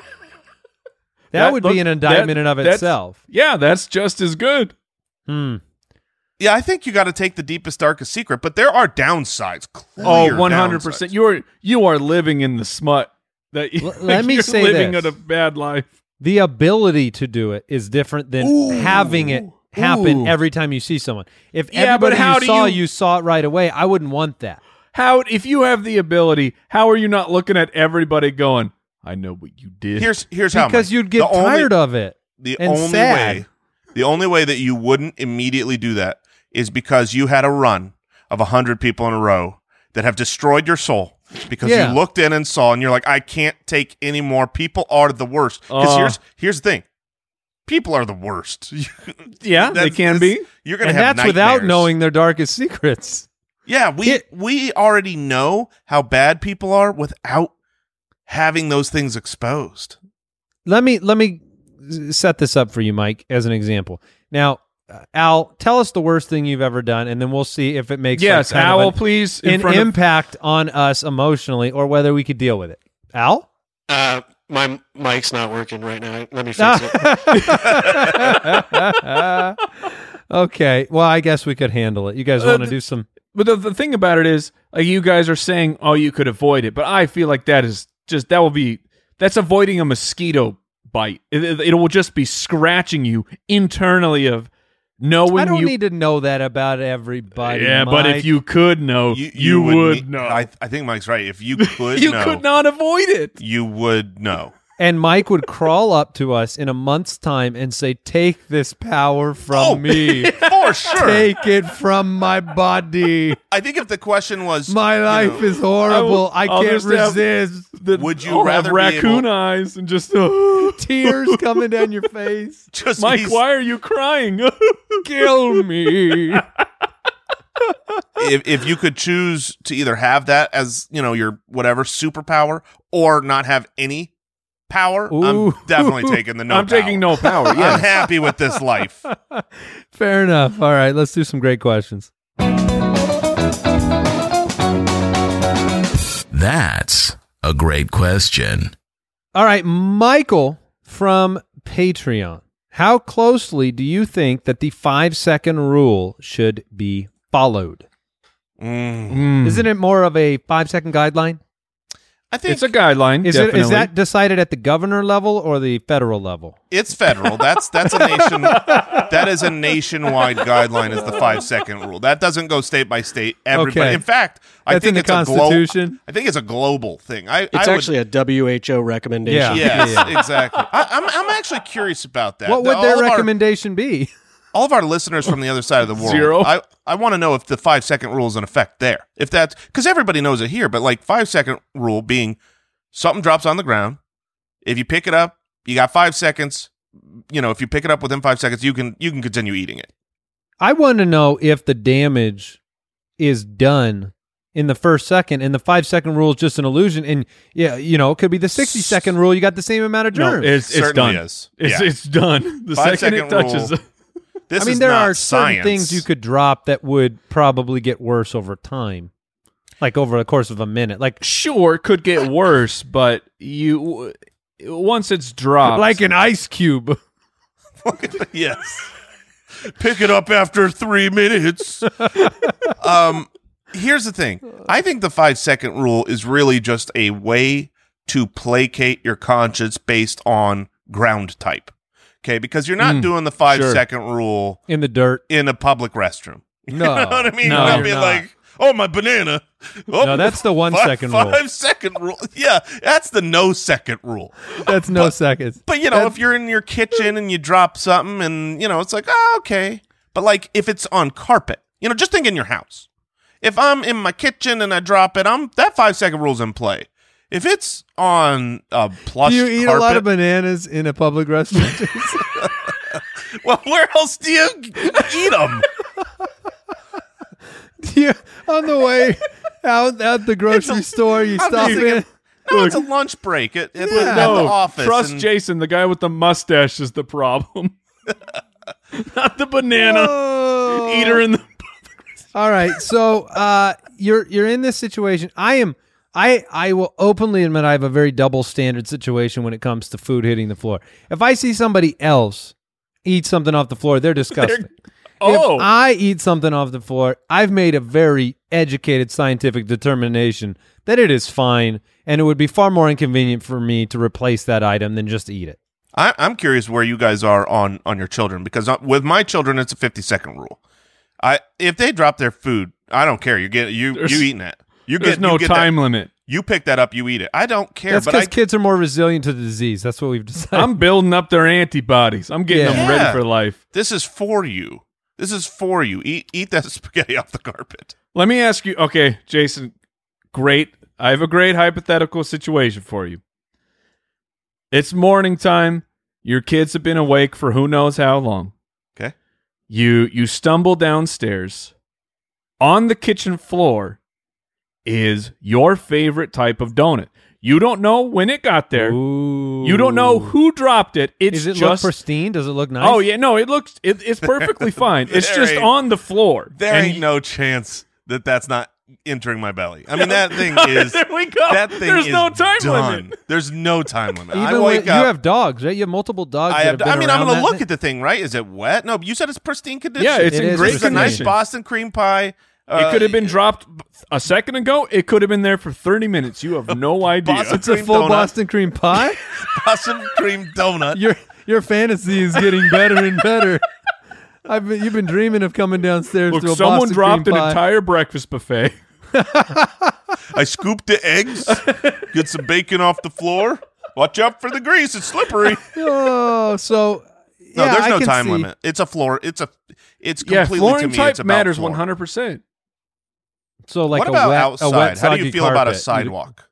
Speaker 2: that,
Speaker 6: That
Speaker 2: would
Speaker 6: look-
Speaker 2: be an indictment
Speaker 6: that-
Speaker 2: in of
Speaker 6: that's-
Speaker 2: itself.
Speaker 6: Yeah, that's just as good.
Speaker 2: Hmm.
Speaker 4: Yeah, I think you got to take the deepest, darkest secret, but there are downsides. Clear
Speaker 6: Oh, one hundred percent.
Speaker 4: downsides.
Speaker 6: You are you are living in the smut. That you,
Speaker 2: L- let me
Speaker 6: you're
Speaker 2: say
Speaker 6: living
Speaker 2: this.
Speaker 6: in a bad life.
Speaker 2: The ability to do it is different than having it happen
Speaker 6: Ooh.
Speaker 2: every time you see someone. If
Speaker 6: Yeah, but
Speaker 2: everybody
Speaker 6: how
Speaker 2: you
Speaker 6: do
Speaker 2: saw
Speaker 6: you-
Speaker 2: you saw it right away, I wouldn't want that.
Speaker 6: How if you have the ability, how are you not looking at everybody going, I know what you did.
Speaker 4: Here's here's how
Speaker 2: Because
Speaker 4: Mike.
Speaker 2: you'd get
Speaker 4: The only-
Speaker 2: tired of it.
Speaker 4: the
Speaker 2: and
Speaker 4: only
Speaker 2: sad.
Speaker 4: way the only way that you wouldn't immediately do that is because you had a run of 100 people in a row that have destroyed your soul because
Speaker 2: Yeah.
Speaker 4: you looked in and saw and you're like I can't take any more people are the worst cuz
Speaker 6: Uh.
Speaker 4: here's here's the thing people are the worst
Speaker 6: yeah, they
Speaker 4: That's-
Speaker 6: can be.
Speaker 4: that's- you're going to
Speaker 2: And
Speaker 4: have
Speaker 2: that's without
Speaker 4: nightmares.
Speaker 2: knowing their darkest secrets.
Speaker 4: yeah we
Speaker 2: It-
Speaker 4: we already know how bad people are without having those things exposed
Speaker 2: Let me let me s- set this up for you, Mike, as an example. Now, uh, Al, tell us the worst thing you've ever done, and then we'll see if it makes like,
Speaker 6: Yes,
Speaker 2: kind of
Speaker 6: Owl,
Speaker 2: an-
Speaker 6: please in
Speaker 2: an
Speaker 6: front of-
Speaker 2: impact on us emotionally, or whether we could deal with it. Al,
Speaker 7: Uh, my mic's not working right now. Let me fix it.
Speaker 5: Uh,
Speaker 2: okay. Well, I guess we could handle it. You guys
Speaker 6: Uh,
Speaker 2: want to
Speaker 6: th-
Speaker 2: do some?
Speaker 6: But the, the thing about it is, like you guys are saying, oh, you could avoid it, but I feel like that is just that will be that's avoiding a mosquito bite. It, it, it will just be scratching you internally of knowing
Speaker 2: I don't
Speaker 6: you.
Speaker 2: need to know that about everybody.
Speaker 6: yeah, but
Speaker 2: Mike.
Speaker 6: if you could know, you, would,
Speaker 4: need-
Speaker 6: know.
Speaker 4: I, I think Mike's right if you could
Speaker 6: you
Speaker 4: know,
Speaker 6: could not avoid it.
Speaker 4: you would know
Speaker 2: and Mike would crawl up to us in a month's time and say, "Take this power from
Speaker 4: Oh,
Speaker 2: me.
Speaker 4: for sure.
Speaker 2: Take it from my body.
Speaker 4: I think if the question was
Speaker 2: My
Speaker 4: you
Speaker 2: life
Speaker 4: know,
Speaker 2: is horrible. I,
Speaker 6: I'll
Speaker 2: can't
Speaker 6: just have-
Speaker 2: resist.
Speaker 6: The-
Speaker 4: Would you
Speaker 6: I'll have
Speaker 4: rather be
Speaker 6: raccoon
Speaker 4: able-
Speaker 6: eyes and just uh,
Speaker 2: Tears coming down your face.
Speaker 4: just
Speaker 6: Mike,
Speaker 4: these-
Speaker 6: why are you crying?
Speaker 2: Kill me.
Speaker 4: if if you could choose to either have that as you know your whatever superpower or not have any power,
Speaker 2: Ooh.
Speaker 4: I'm definitely taking the no.
Speaker 6: I'm taking
Speaker 4: power.
Speaker 6: no power.
Speaker 4: I'm happy with this life.
Speaker 2: Fair enough. All right, let's do some great questions.
Speaker 3: That's a great question.
Speaker 2: All right, Michael from Patreon. How closely do you think that the five second rule should be followed?
Speaker 4: Mm.
Speaker 2: Isn't it more of a five second guideline?
Speaker 4: I think
Speaker 6: It's
Speaker 4: it's,
Speaker 6: a guideline.
Speaker 2: Is it
Speaker 6: definitely.
Speaker 2: is that decided at the governor level or the federal level?
Speaker 4: federal. That's that's a nation. that is a nationwide guideline. Is the five second rule that doesn't go state by state. Everybody.
Speaker 2: Okay.
Speaker 4: In fact, I
Speaker 2: That's
Speaker 4: think
Speaker 2: in the
Speaker 4: it's A
Speaker 2: Constitution.
Speaker 4: glo- I think it's a global thing. I
Speaker 5: It's
Speaker 4: I would-
Speaker 5: actually a WHO recommendation.
Speaker 2: Yeah.
Speaker 4: Yes, exactly. I, I'm I'm actually curious about that.
Speaker 2: What would
Speaker 4: All
Speaker 2: their
Speaker 4: of our-
Speaker 2: recommendation be?
Speaker 4: all of our listeners from the other side of the world.
Speaker 6: Zero.
Speaker 4: I, I want to know if the five second rule is in effect there. If that's because everybody knows it here, but like five second rule being something drops on the ground. If you pick it up, you got five seconds. You know, if you pick it up within five seconds, you can you can continue eating it.
Speaker 2: I want to know if the damage is done in the first second and the five second rule is just an illusion and yeah, you know, it could be the sixty second rule, you got the same amount of
Speaker 6: No,
Speaker 2: germs.
Speaker 6: it's, it's
Speaker 4: Certainly
Speaker 6: done.
Speaker 4: is.
Speaker 6: It's,
Speaker 4: Yeah.
Speaker 6: it's done. The
Speaker 4: Five
Speaker 6: second
Speaker 4: second
Speaker 6: it touches.
Speaker 4: rule. This
Speaker 2: I mean,
Speaker 4: is
Speaker 2: there
Speaker 4: not
Speaker 2: are certain
Speaker 4: science.
Speaker 2: things you could drop that would probably get worse over time, like over the course of a minute. Like,
Speaker 6: Sure, it could get worse, but you once it's dropped,
Speaker 2: an ice cube.
Speaker 4: yes. Pick it up after three minutes. um, here's the thing. I think the five second rule is really just a way to placate your conscience based on ground type. Okay, because you're
Speaker 2: Mm,
Speaker 4: not doing the five second
Speaker 6: sure.
Speaker 4: rule
Speaker 2: In the dirt.
Speaker 4: in a public restroom.
Speaker 2: No.
Speaker 4: you know what I mean?
Speaker 2: No,
Speaker 4: You're not
Speaker 2: you're
Speaker 4: being
Speaker 2: not.
Speaker 4: like, oh my banana. Oh,
Speaker 2: No, that's the one
Speaker 4: five-
Speaker 2: second rule.
Speaker 4: Five second rule. Yeah, that's the no second rule.
Speaker 2: That's no seconds.
Speaker 4: But you know, if you're in your kitchen and you drop something, and you know, it's like, oh, okay. But like, if it's on carpet, you know, just think in your house. If I'm in my kitchen and I drop it, I'm that five second rule's in play. If it's on a plush
Speaker 2: Do you eat
Speaker 4: carpet,
Speaker 2: a lot of bananas in a public restaurant?
Speaker 4: well, where else do you eat them?
Speaker 2: Do you, on the way out at the grocery store, you stop in.
Speaker 4: No, it's a lunch break at, at, the-
Speaker 2: Yeah.
Speaker 4: at
Speaker 6: no,
Speaker 4: the office.
Speaker 6: Trust
Speaker 4: and-
Speaker 6: Jason, the guy with the mustache is the problem, not the banana
Speaker 2: Oh.
Speaker 6: eater in the.
Speaker 2: All right, so uh, you're you're in this situation. I am. I I will openly admit I have a very double standard situation when it comes to food hitting the floor. If I see somebody else eat something off the floor, they're disgusting.
Speaker 6: Oh,
Speaker 2: If I eat something off the floor, I've made a very educated scientific determination that it is fine, and it would be far more inconvenient for me to replace that item than just eat it.
Speaker 4: I, I'm curious where you guys are on on your children because uh, with my children it's a 50 second rule. I if they drop their food, I don't care. You get you
Speaker 6: There's-
Speaker 4: you eating that. You
Speaker 6: There's
Speaker 4: get
Speaker 6: no
Speaker 4: you get
Speaker 6: time
Speaker 4: That,
Speaker 6: limit.
Speaker 4: you pick that up. You eat it. I don't care.
Speaker 2: That's
Speaker 4: but I
Speaker 2: because kids are more resilient to the disease. That's what we've decided.
Speaker 6: I'm building up their antibodies. I'm getting
Speaker 2: Yeah.
Speaker 6: them ready
Speaker 4: Yeah.
Speaker 6: for life.
Speaker 4: this is for you. This is for you. Eat eat that spaghetti off the carpet.
Speaker 6: Let me ask you. Okay, Jason, great. I have a great hypothetical situation for you. It's morning time. Your kids have been awake for who knows how long.
Speaker 4: Okay.
Speaker 6: You you stumble downstairs. On the kitchen floor is your favorite type of donut. You don't know when it got there.
Speaker 2: Ooh.
Speaker 6: You don't know who dropped it. It's
Speaker 2: Does it look
Speaker 6: just
Speaker 2: pristine? Does it look nice?
Speaker 6: Oh yeah, no, it looks it, it's perfectly fine. It's
Speaker 4: There
Speaker 6: just
Speaker 4: ain't-
Speaker 6: on the floor.
Speaker 4: There
Speaker 6: And
Speaker 4: ain't
Speaker 6: you-
Speaker 4: no chance that that's not entering my belly. I mean that thing is
Speaker 6: there we go.
Speaker 4: that thing
Speaker 6: There's
Speaker 4: is
Speaker 6: no time
Speaker 4: done.
Speaker 6: limit.
Speaker 4: There's no time limit.
Speaker 2: Even
Speaker 4: I
Speaker 2: when-
Speaker 4: wake
Speaker 2: you
Speaker 4: up.
Speaker 2: have dogs, right? You have multiple dogs.
Speaker 4: I,
Speaker 2: that
Speaker 4: have,
Speaker 2: been
Speaker 4: I mean, I'm
Speaker 2: around
Speaker 4: gonna
Speaker 2: that
Speaker 4: look
Speaker 2: thing.
Speaker 4: at the thing, right? Is it wet? No, but you said it's pristine condition.
Speaker 6: Yeah, it's
Speaker 2: It
Speaker 6: in
Speaker 2: is
Speaker 6: great
Speaker 4: It's a nice
Speaker 6: condition.
Speaker 4: Boston cream pie. Uh,
Speaker 6: it could have been dropped a second ago. It could have been there for 30 minutes. You have no idea.
Speaker 4: Boston
Speaker 2: It's a
Speaker 4: cream
Speaker 2: full
Speaker 4: donut.
Speaker 2: Boston cream pie.
Speaker 4: Boston cream donut.
Speaker 2: your your fantasy is getting better and better. I've been, you've been dreaming of coming downstairs
Speaker 6: Look,
Speaker 2: to a
Speaker 6: someone
Speaker 2: Boston
Speaker 6: dropped an
Speaker 2: cream pie.
Speaker 6: entire breakfast buffet.
Speaker 4: I scoop the eggs, get some bacon off the floor. Watch out for the grease; it's slippery.
Speaker 2: Oh, so
Speaker 4: No,
Speaker 2: yeah,
Speaker 4: there's
Speaker 2: I
Speaker 4: no
Speaker 2: can
Speaker 4: time
Speaker 2: see.
Speaker 4: limit. It's a floor. It's a. It's
Speaker 6: Yeah,
Speaker 4: completely to
Speaker 6: flooring
Speaker 4: me.
Speaker 6: type
Speaker 4: it's about
Speaker 6: matters
Speaker 4: floor.
Speaker 6: 100%.
Speaker 2: So like
Speaker 4: what
Speaker 2: a
Speaker 4: about
Speaker 2: wet,
Speaker 4: outside?
Speaker 2: A wet,
Speaker 4: How do you
Speaker 2: soggy
Speaker 4: feel about a
Speaker 2: carpet.
Speaker 4: sidewalk?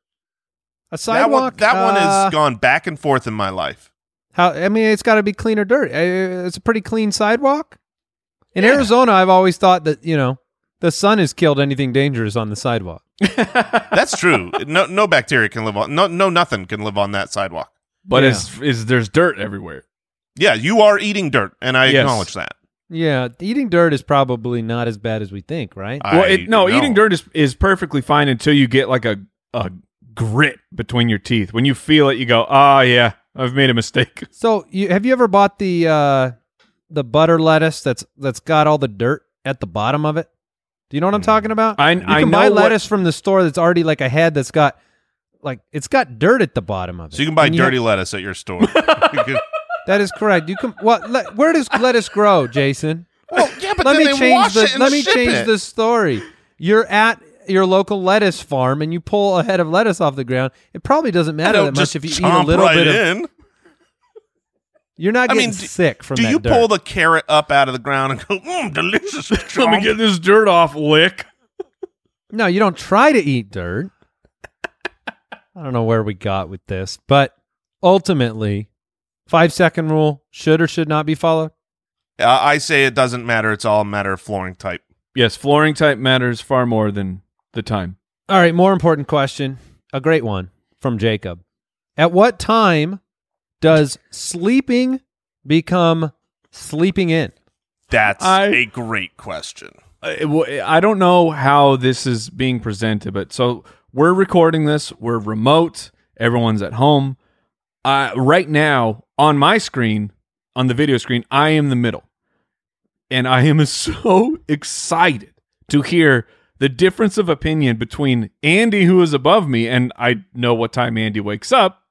Speaker 2: A sidewalk.
Speaker 4: That one, that one
Speaker 2: uh,
Speaker 4: has gone back and forth in my life.
Speaker 2: How I mean, it's got to be clean or dirty. Uh, It's a pretty clean sidewalk. In Arizona, I've always thought that you know the sun has killed anything dangerous on the sidewalk.
Speaker 4: That's true. no, no bacteria can live on. No, no, nothing can live on that sidewalk.
Speaker 6: But
Speaker 2: Yeah.
Speaker 6: it's, it's, there's dirt everywhere.
Speaker 4: Yeah, you are eating dirt, and I
Speaker 6: Yes.
Speaker 4: acknowledge that.
Speaker 2: Yeah, eating dirt is probably not as bad as we think, right?
Speaker 4: I
Speaker 6: well, it, no,
Speaker 4: know.
Speaker 6: eating dirt is, is perfectly fine until you get like a, a grit between your teeth. When you feel it, you go, oh, yeah, I've made a mistake.
Speaker 2: So, you, have you ever bought the uh, the butter lettuce that's that's got all the dirt at the bottom of it? Do you know what
Speaker 4: Mm.
Speaker 2: I'm talking about?
Speaker 6: I,
Speaker 2: you
Speaker 6: I
Speaker 2: can
Speaker 6: know
Speaker 2: buy
Speaker 6: what-
Speaker 2: lettuce from the store that's already like a head that's got like it's got dirt at the bottom of it.
Speaker 4: So you can buy
Speaker 2: And
Speaker 4: dirty lettuce at your store. You could-
Speaker 2: That is correct. You can. What? let where does lettuce grow, Jason?
Speaker 4: well, yeah, but
Speaker 2: let
Speaker 4: then
Speaker 2: me
Speaker 4: they
Speaker 2: change
Speaker 4: wash
Speaker 2: the
Speaker 4: it and
Speaker 2: let me
Speaker 4: ship
Speaker 2: change
Speaker 4: it.
Speaker 2: the story. You're at your local lettuce farm and you pull a head of lettuce off the ground. It probably doesn't
Speaker 4: I
Speaker 2: matter
Speaker 4: don't
Speaker 2: that
Speaker 4: just
Speaker 2: much if you eat a
Speaker 4: chomp
Speaker 2: little
Speaker 4: right
Speaker 2: bit of.
Speaker 4: in.
Speaker 2: You're not
Speaker 4: I
Speaker 2: getting
Speaker 4: mean, do-
Speaker 2: sick from
Speaker 4: Do
Speaker 2: that
Speaker 4: you
Speaker 2: dirt.
Speaker 4: pull the carrot up out of the ground and go, mmm, delicious?
Speaker 6: Let me
Speaker 4: chomp."
Speaker 6: get this dirt off, lick.
Speaker 2: no, you don't try to eat dirt. I don't know where we got with this, but ultimately, five second rule should or should not be followed.
Speaker 4: Uh, I say it doesn't matter. It's all a matter of flooring type.
Speaker 6: Yes, flooring type matters far more than the time.
Speaker 2: All right, more important question. A great one from Jacob. At what time does sleeping become sleeping in?
Speaker 4: That's
Speaker 6: I-
Speaker 4: a great question.
Speaker 6: I well, Uh, I don't know how this is being presented, but so we're recording this. We're remote. Everyone's at home. Uh, right now, on my screen, on the video screen, I am the middle. And I am so excited to hear the difference of opinion between Andy, who is above me, and I know what time Andy wakes up,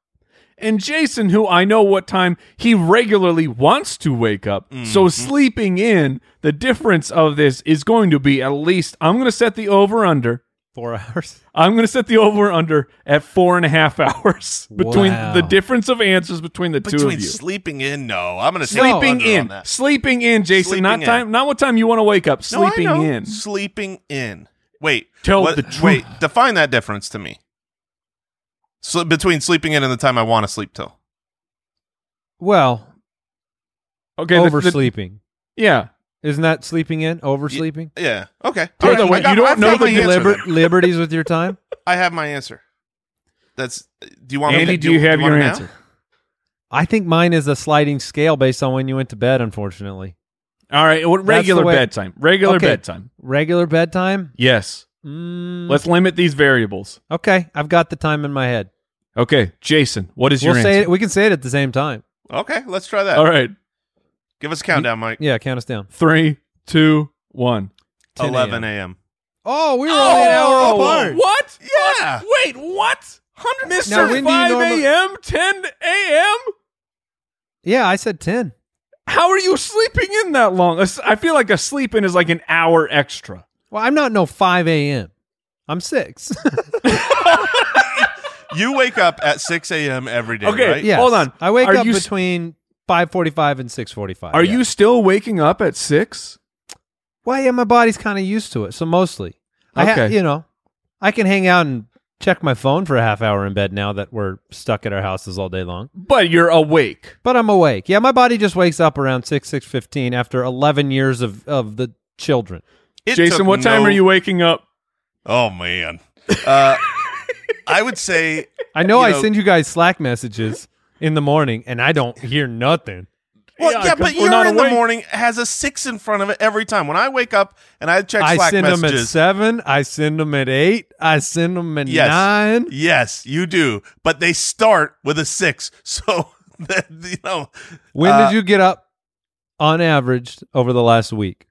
Speaker 6: and Jason, who I know what time he regularly wants to wake up.
Speaker 4: Mm-hmm.
Speaker 6: So sleeping in, the difference of this is going to be at least, I'm going to set the over under.
Speaker 2: Four hours.
Speaker 6: I'm going to set the over under at four and a half hours between
Speaker 2: Wow.
Speaker 6: the difference of answers between the two
Speaker 4: Between
Speaker 6: of you.
Speaker 4: sleeping in, no, I'm going to
Speaker 6: sleeping
Speaker 4: On
Speaker 6: in,
Speaker 4: that.
Speaker 6: sleeping in, Jason.
Speaker 4: Sleeping
Speaker 6: not
Speaker 4: in.
Speaker 6: time, not what time you want to wake up.
Speaker 4: No, I
Speaker 6: Sleeping
Speaker 4: know.
Speaker 6: in.
Speaker 4: Sleeping in. Wait.
Speaker 6: Tell
Speaker 4: what-
Speaker 6: the truth.
Speaker 4: Wait. Define that difference to me. So between sleeping in and the time I want to sleep till.
Speaker 2: Well,
Speaker 6: Okay, the- the-
Speaker 2: oversleeping.
Speaker 6: yeah,
Speaker 2: Isn't that sleeping in? Oversleeping?
Speaker 4: Yeah. Okay.
Speaker 6: By
Speaker 4: All
Speaker 6: the
Speaker 4: right,
Speaker 6: way,
Speaker 4: I got-
Speaker 6: you don't
Speaker 4: I've
Speaker 6: know
Speaker 4: got my
Speaker 6: the
Speaker 4: answer
Speaker 2: Liber-
Speaker 4: then.
Speaker 2: liberties with your time?
Speaker 4: I have my answer. That's. Do you want me
Speaker 6: Andy,
Speaker 4: to
Speaker 6: do you have
Speaker 4: want
Speaker 6: your
Speaker 4: it now?
Speaker 6: answer?
Speaker 2: I think mine is a sliding scale based on when you went to bed, unfortunately.
Speaker 6: All right, what regular
Speaker 2: way-
Speaker 6: bedtime? Regular
Speaker 2: Okay.
Speaker 6: bedtime.
Speaker 2: Regular bedtime?
Speaker 6: Yes.
Speaker 2: Mm,
Speaker 6: Let's limit these variables.
Speaker 2: okay, I've got the time in my head.
Speaker 6: Okay, Jason, what is
Speaker 2: We'll
Speaker 6: your
Speaker 2: say
Speaker 6: answer?
Speaker 2: it, we can say it at the same time.
Speaker 4: Okay, let's try that.
Speaker 6: All right,
Speaker 4: Give us a countdown, Mike.
Speaker 2: Yeah, count us down.
Speaker 6: three, two, one.
Speaker 2: 10 a.m.
Speaker 4: 11 a.m.
Speaker 2: Oh, we were only an hour apart.
Speaker 6: What?
Speaker 4: Yeah.
Speaker 6: What? Wait, what?
Speaker 2: Now,
Speaker 6: Mister
Speaker 2: when do you
Speaker 6: Five
Speaker 2: norma-
Speaker 6: a.m., ten a.m.
Speaker 2: Yeah, I said 10.
Speaker 6: How are you sleeping in that long? As- I feel like a sleep in is like an hour extra.
Speaker 2: Well, I'm not no 5 a.m. I'm 6.
Speaker 4: You wake up at 6 a.m. every day.
Speaker 6: Okay,
Speaker 4: right?
Speaker 2: yes.
Speaker 6: Hold on.
Speaker 2: I wake
Speaker 6: Are
Speaker 2: up
Speaker 6: you s-
Speaker 2: between 5.45 and 6.45.
Speaker 6: Are
Speaker 2: yeah.
Speaker 6: you still waking up at six?
Speaker 2: Well, yeah, my body's kind of used to it. So mostly. I ha-
Speaker 6: Okay.
Speaker 2: you know, I can hang out and check my phone for a half hour in bed now that we're stuck at our houses all day long.
Speaker 6: But you're awake.
Speaker 2: But I'm awake. Yeah, my body just wakes up around 6, 6.15 after 11 years of, of the children.
Speaker 4: It
Speaker 6: Jason,
Speaker 4: took
Speaker 6: what time
Speaker 4: no-
Speaker 6: are you waking up?
Speaker 4: Oh, man. Uh, I would say
Speaker 2: I know
Speaker 4: You
Speaker 2: I
Speaker 4: know-
Speaker 2: send you guys Slack messages in the morning and I don't hear nothing.
Speaker 4: Well,
Speaker 6: Yeah,
Speaker 4: yeah,
Speaker 6: 'cause
Speaker 4: but
Speaker 6: we're not
Speaker 4: you're in the
Speaker 6: awake.
Speaker 4: morning has a six in front of it every time. When I wake up and I check
Speaker 2: I
Speaker 4: Slack
Speaker 2: send them at
Speaker 4: messages,
Speaker 2: seven. I send them at eight. I send them at
Speaker 4: Yes.
Speaker 2: nine.
Speaker 4: yes, you do, but they start with a six. So that, you know,
Speaker 2: When
Speaker 4: Uh,
Speaker 2: did you get up on average over the last week?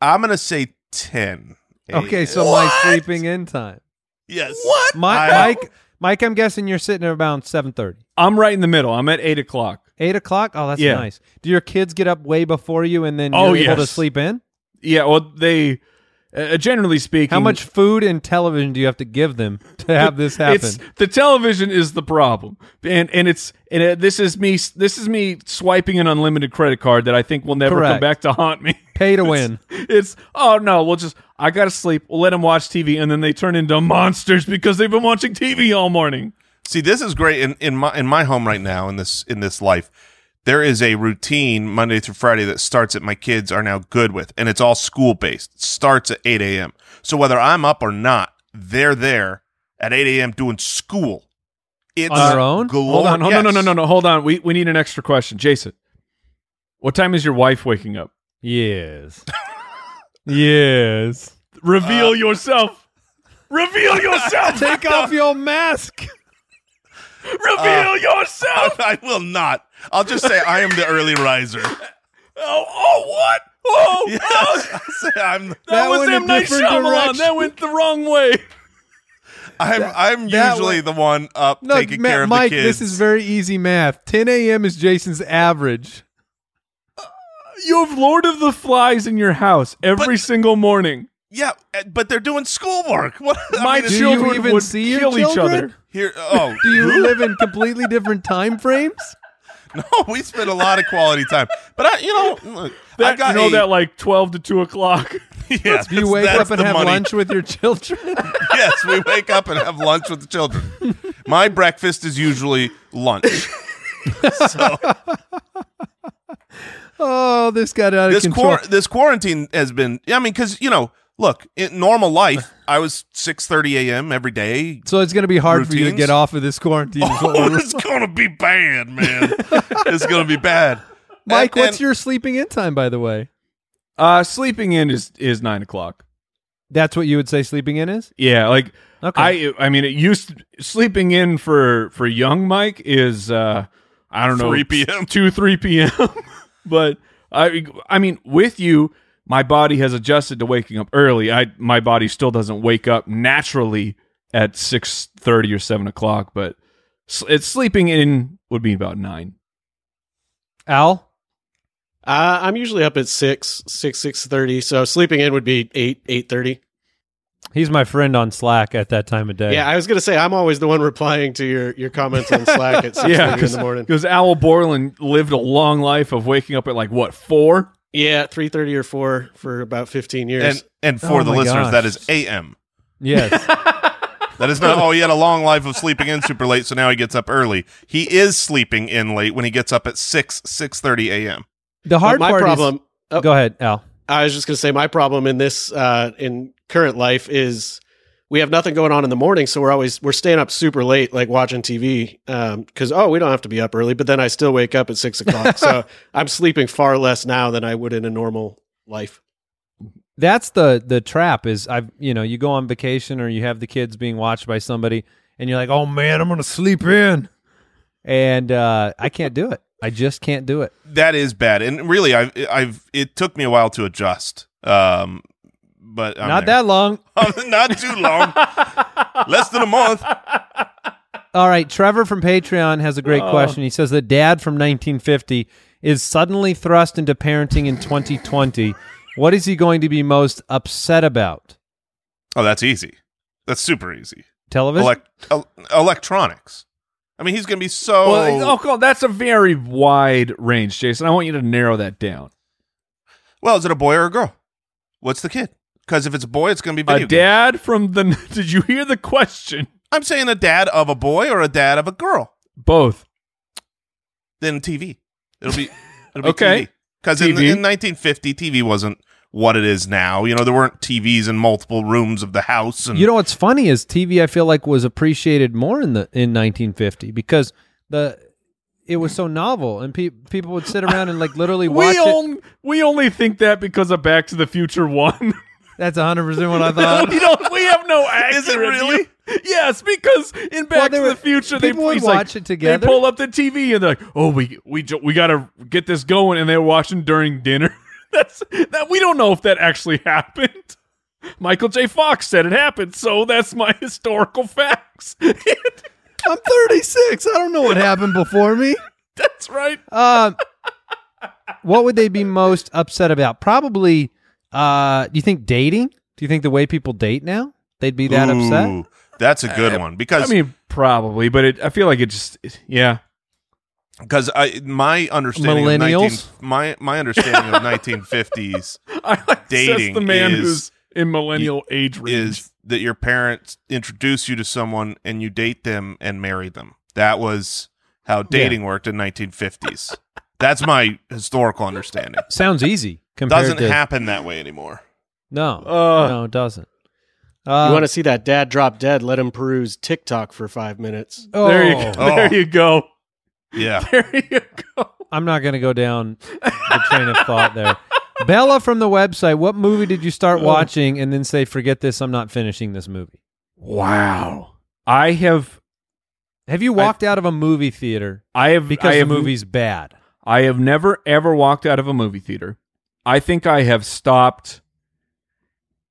Speaker 4: I'm gonna say ten.
Speaker 2: Okay, so my sleeping in time.
Speaker 4: yes, what
Speaker 2: My,
Speaker 4: I-
Speaker 2: Mike, Mike, I'm guessing you're sitting at around seven thirty.
Speaker 6: I'm right in the middle. I'm at eight o'clock.
Speaker 2: Eight o'clock? Oh, that's
Speaker 6: Yeah.
Speaker 2: nice. Do your kids get up way before you and then you're
Speaker 6: Oh,
Speaker 2: able to
Speaker 6: yes.
Speaker 2: sleep in?
Speaker 6: Yeah. Well, they uh, generally speaking,
Speaker 2: How much food and television do you have to give them to have this happen?
Speaker 6: It's the television is the problem, and and it's and uh, this is me this is me swiping an unlimited credit card that I think will never
Speaker 2: Correct.
Speaker 6: come back to haunt me.
Speaker 2: Pay to win.
Speaker 6: It's oh no, we'll just I gotta sleep. We'll let them watch TV, and then they turn into monsters because they've been watching TV all morning.
Speaker 4: see, this is great in, in my in my home right now in this in this life. There is a routine Monday through Friday that starts at my kids are now good with, and it's all school based. It starts at eight a.m. So whether I'm up or not, they're there at eight a.m. doing school. It's
Speaker 2: On Oh, their own?
Speaker 4: glor-
Speaker 6: Hold on, hold, no, no, no,
Speaker 4: yes.
Speaker 6: no, no, hold on. We we need an extra question, Jason. What time is your wife waking up?
Speaker 2: Yes. yes. Uh,
Speaker 6: Reveal yourself. Reveal yourself.
Speaker 2: Take off uh, your mask.
Speaker 6: Reveal yourself.
Speaker 4: I will not. I'll just say I am the early riser.
Speaker 6: Oh, oh, what? Oh,
Speaker 4: Yes,
Speaker 6: oh,
Speaker 4: I'll say I'm.
Speaker 6: That,
Speaker 2: That
Speaker 6: was
Speaker 2: went a
Speaker 6: M. Night
Speaker 2: different
Speaker 6: Shyamalan.
Speaker 2: direction.
Speaker 6: That went the wrong way.
Speaker 4: I'm. I'm
Speaker 2: that
Speaker 4: usually
Speaker 2: one-
Speaker 4: the one up
Speaker 2: No,
Speaker 4: taking
Speaker 2: Ma-
Speaker 4: care of
Speaker 2: Mike,
Speaker 4: the kids.
Speaker 2: this is very easy math. 10 a.m. is Jason's average.
Speaker 6: You have Lord of the Flies in your house every
Speaker 4: But-
Speaker 6: single morning.
Speaker 4: yeah, eh, but they're doing schoolwork. What? I
Speaker 6: My
Speaker 4: mean,
Speaker 2: Do
Speaker 4: it's-
Speaker 6: children
Speaker 2: you even
Speaker 6: would
Speaker 2: see your
Speaker 6: kill each
Speaker 2: children?
Speaker 6: other.
Speaker 4: here. Oh
Speaker 2: Do you live in completely different time frames?
Speaker 4: no, we spend a lot of quality time. But I, you know, look, I
Speaker 6: That,
Speaker 4: got
Speaker 6: you know
Speaker 4: a-
Speaker 6: that like twelve to two o'clock.
Speaker 4: Yes,
Speaker 2: Do you wake up
Speaker 4: that's
Speaker 2: and
Speaker 4: the
Speaker 2: have
Speaker 4: money.
Speaker 2: lunch with your children?
Speaker 4: Yes, we wake up and have lunch with the children. My breakfast is usually lunch. so
Speaker 2: oh, this got out of
Speaker 4: this
Speaker 2: control.
Speaker 4: quar- this quarantine has been. I mean, because you know, look, in normal life, I was six thirty a.m. every day,
Speaker 2: so it's going to be hard for you to
Speaker 4: routines?
Speaker 2: get off of this quarantine. is what
Speaker 4: Oh,
Speaker 2: we're-
Speaker 4: it's gonna be bad, man. it's gonna be bad.
Speaker 2: Mike,
Speaker 4: And-
Speaker 2: what's
Speaker 4: and-
Speaker 2: your sleeping in time, by the way?
Speaker 6: Uh, sleeping in is is nine o'clock.
Speaker 2: That's what you would say sleeping in is?
Speaker 6: Yeah, like
Speaker 2: Okay.
Speaker 6: I I mean, it used to- sleeping in for for young Mike is uh I don't know
Speaker 4: 3 p.m..
Speaker 6: two three p.m. but I I mean with you, my body has adjusted to waking up early. I my body still doesn't wake up naturally at six thirty or seven o'clock, but s- it's sleeping in would be about nine.
Speaker 2: Al?
Speaker 5: Uh, I'm usually up at six, six, six thirty. So sleeping in would be eight, eight thirty.
Speaker 2: He's my friend on Slack at that time of day.
Speaker 5: Yeah, I was gonna say I'm always the one replying to your your comments on Slack at six thirty
Speaker 6: Yeah,
Speaker 5: in the morning.
Speaker 6: because Owl Borland lived a long life of waking up at like what four.
Speaker 5: Yeah, three thirty or four for about fifteen years.
Speaker 4: And and for
Speaker 2: Oh
Speaker 4: the
Speaker 2: my
Speaker 4: listeners,
Speaker 2: gosh.
Speaker 4: that is a.m.
Speaker 2: Yes.
Speaker 4: That is not. Oh, he had a long life of sleeping in super late, so now he gets up early. He is sleeping in late when he gets up at six six thirty a.m.
Speaker 2: The
Speaker 5: But
Speaker 2: hard
Speaker 5: my
Speaker 2: part is-
Speaker 5: problem. oh,
Speaker 2: Go ahead, Al.
Speaker 5: I was just gonna say my problem in this uh, in current life is we have nothing going on in the morning, so we're always we're staying up super late, like watching TV, because oh we don't have to be up early, but then I still wake up at six o'clock, so I'm sleeping far less now than I would in a normal life.
Speaker 2: that's the the trap is i've you know you go on vacation or you have the kids being watched by somebody and you're like oh man i'm gonna sleep in and uh i can't do it i just can't do it
Speaker 4: That is bad, and really, I've I've it took me a while to adjust. Um, but I'm
Speaker 2: not
Speaker 4: there.
Speaker 2: that long
Speaker 4: not too long, less than a month.
Speaker 2: All right, Trevor from Patreon has a great question. He says that dad from 1950 is suddenly thrust into parenting in 2020. what is he going to be most upset about?
Speaker 4: Oh, that's easy. That's super easy.
Speaker 2: Television?
Speaker 4: Elec- el- electronics. I mean, he's going to be so.
Speaker 6: Well,
Speaker 4: Well,
Speaker 6: oh, God, that's a very wide range, Jason. I want you to narrow that down.
Speaker 4: is it a boy or a girl? What's the kid? Because if it's a boy, it's going to be
Speaker 6: A
Speaker 4: video. game.
Speaker 6: dad from the. Did you hear the question?
Speaker 4: I'm saying a dad of a boy or a dad of a girl.
Speaker 6: Both.
Speaker 4: Then TV. It'll be it'll be
Speaker 6: Okay.
Speaker 4: okay. Because in, in
Speaker 6: TV.
Speaker 4: 1950, TV wasn't what it is now. You know, there weren't TVs in multiple rooms of the house. And
Speaker 2: You know what's funny is TV. I feel like was appreciated more in the in 1950 because the it was so novel and pe- people would sit around and like literally watch
Speaker 6: We
Speaker 2: it.
Speaker 6: only we only think that because of Back to the Future One.
Speaker 2: That's 100 percent what I thought.
Speaker 6: we don't. We have no accurate.
Speaker 4: Is it really?
Speaker 6: view. Yes, because in Back
Speaker 2: they
Speaker 6: to
Speaker 2: were-
Speaker 6: the Future, they
Speaker 2: people would
Speaker 6: he's like-
Speaker 2: watch it together.
Speaker 6: They pull up the TV and they're like, "Oh, we we jo- we gotta get this going," and they're watching during dinner. That's that. We don't know if that actually happened. Michael J. Fox said it happened, so that's my historical facts.
Speaker 2: I'm 36. I don't know what happened before me.
Speaker 6: that's right.
Speaker 2: Um, what would they be most upset about? Probably. Uh, do you think dating? Do you think the way people date now they'd be that upset?
Speaker 4: Ooh, That's a good one because
Speaker 6: Uh, I mean, probably, but it, I feel like it just, yeah.
Speaker 4: because I my understanding
Speaker 2: Millennials?
Speaker 4: of 19, my my understanding of 1950s
Speaker 6: I like
Speaker 4: Dating
Speaker 6: says the man
Speaker 4: is-
Speaker 6: who's in millennial age range.
Speaker 4: is that your parents introduce you to someone and you date them and marry them. That was how dating worked in 1950s. That's my historical understanding.
Speaker 2: Sounds easy compared
Speaker 4: Doesn't
Speaker 2: to
Speaker 4: happen that way anymore.
Speaker 2: no,
Speaker 6: Uh,
Speaker 2: no, it doesn't. Uh,
Speaker 5: you want to see that dad drop dead? Let him peruse TikTok for five minutes.
Speaker 2: oh,
Speaker 6: There you go.
Speaker 4: Oh.
Speaker 6: There you go.
Speaker 4: Yeah.
Speaker 6: There you go.
Speaker 2: I'm not going to go down the train of thought there. Bella from the website, what movie did you start
Speaker 4: Oh.
Speaker 2: watching and then say, forget this, I'm not finishing this movie?
Speaker 6: Wow. I have
Speaker 2: Have you walked out of a movie theater
Speaker 6: I have
Speaker 2: because
Speaker 6: I
Speaker 2: the
Speaker 6: have,
Speaker 2: movie's bad?
Speaker 6: I have never ever walked out of a movie theater. I think I have stopped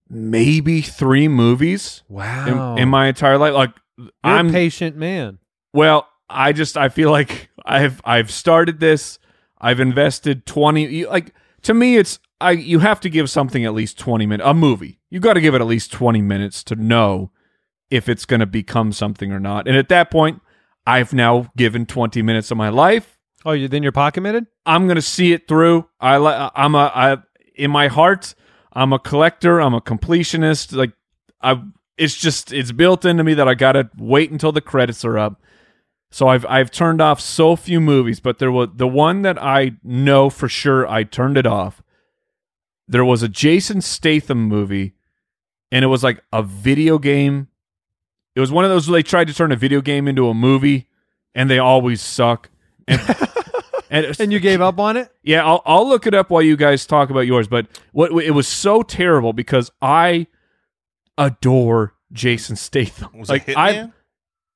Speaker 6: maybe three movies in,
Speaker 2: Wow.
Speaker 6: in my entire life. Like
Speaker 2: You're
Speaker 6: I'm
Speaker 2: a patient man.
Speaker 6: well, I just I feel like I've I've started this. I've invested twenty. you- Like to me, it's I you have to give something at least twenty minutes. A movie, you got to give it at least twenty minutes to know if it's going to become something or not. And at that point, I've now given twenty minutes of my life.
Speaker 2: Oh, you then you're pocket minted?
Speaker 6: I'm gonna see it through. I li- I'm a I in my heart. I'm a collector. I'm a completionist. Like I, it's just it's built into me that I gotta wait until the credits are up. So I've I've turned off so few movies, but there was the one that I know for sure I turned it off. There was a Jason Statham movie, and it was like a video game. It was one of those where they tried to turn a video game into a movie, and they always suck. And, and,
Speaker 2: And you gave up on it?
Speaker 6: yeah, I'll, I'll look it up while you guys talk about yours. But what it was so terrible because I adore Jason Statham.
Speaker 4: Was
Speaker 6: like
Speaker 4: it
Speaker 6: I
Speaker 4: Hitman?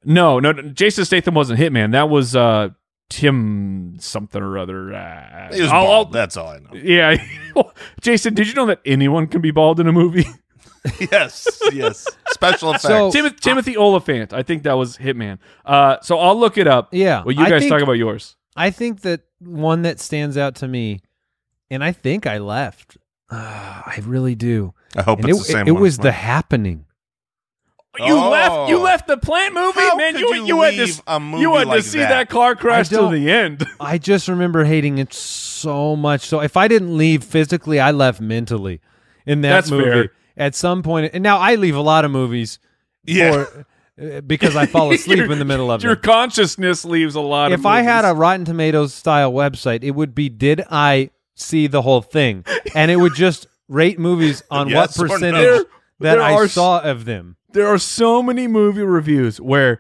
Speaker 6: no, no, no, Jason Statham wasn't Hitman. That was uh Tim something or other. Uh,
Speaker 4: It was
Speaker 6: I'll- I'll-
Speaker 4: bald. That's all I know.
Speaker 6: yeah, Jason, did you know that anyone can be bald in a movie?
Speaker 4: yes, yes. Special effects.
Speaker 2: So-
Speaker 6: Tim- Timothy Oliphant, I think that was Hitman. Uh, so I'll look it up.
Speaker 2: Yeah.
Speaker 6: Well, you
Speaker 2: I
Speaker 6: guys
Speaker 2: think-
Speaker 6: talk about yours.
Speaker 2: I think that one that stands out to me, and I think I left. Ah, I really do.
Speaker 4: I hope
Speaker 2: And
Speaker 4: it's
Speaker 2: it,
Speaker 4: the same.
Speaker 2: it
Speaker 4: one
Speaker 2: was
Speaker 4: as
Speaker 2: the
Speaker 4: mine.
Speaker 2: happening.
Speaker 6: You
Speaker 4: Oh.
Speaker 6: left. You left the plant movie,
Speaker 4: How
Speaker 6: man.
Speaker 4: could
Speaker 6: you
Speaker 4: you
Speaker 6: you had to
Speaker 4: leave a movie
Speaker 6: you had
Speaker 4: like
Speaker 6: to see that,
Speaker 4: that?
Speaker 6: car crash
Speaker 2: I
Speaker 6: till
Speaker 2: don't-
Speaker 6: the end.
Speaker 2: I just remember hating it so much. So if I didn't leave physically, I left mentally in that
Speaker 6: That's
Speaker 2: movie
Speaker 6: fair.
Speaker 2: at some point. And now I leave a lot of movies
Speaker 4: Yeah.
Speaker 2: for, uh, because I fall asleep
Speaker 6: Your-
Speaker 2: in the middle of
Speaker 6: Your
Speaker 2: it.
Speaker 6: consciousness leaves a lot.
Speaker 2: If
Speaker 6: of
Speaker 2: I had a
Speaker 6: movies.
Speaker 2: Rotten Tomatoes style website, it would be did I see the whole thing? And it would just rate movies on
Speaker 4: Yes or
Speaker 2: what
Speaker 4: no.
Speaker 2: percentage
Speaker 6: There-
Speaker 2: that
Speaker 6: there are
Speaker 2: I
Speaker 6: s-
Speaker 2: saw of them.
Speaker 6: there are so many movie reviews where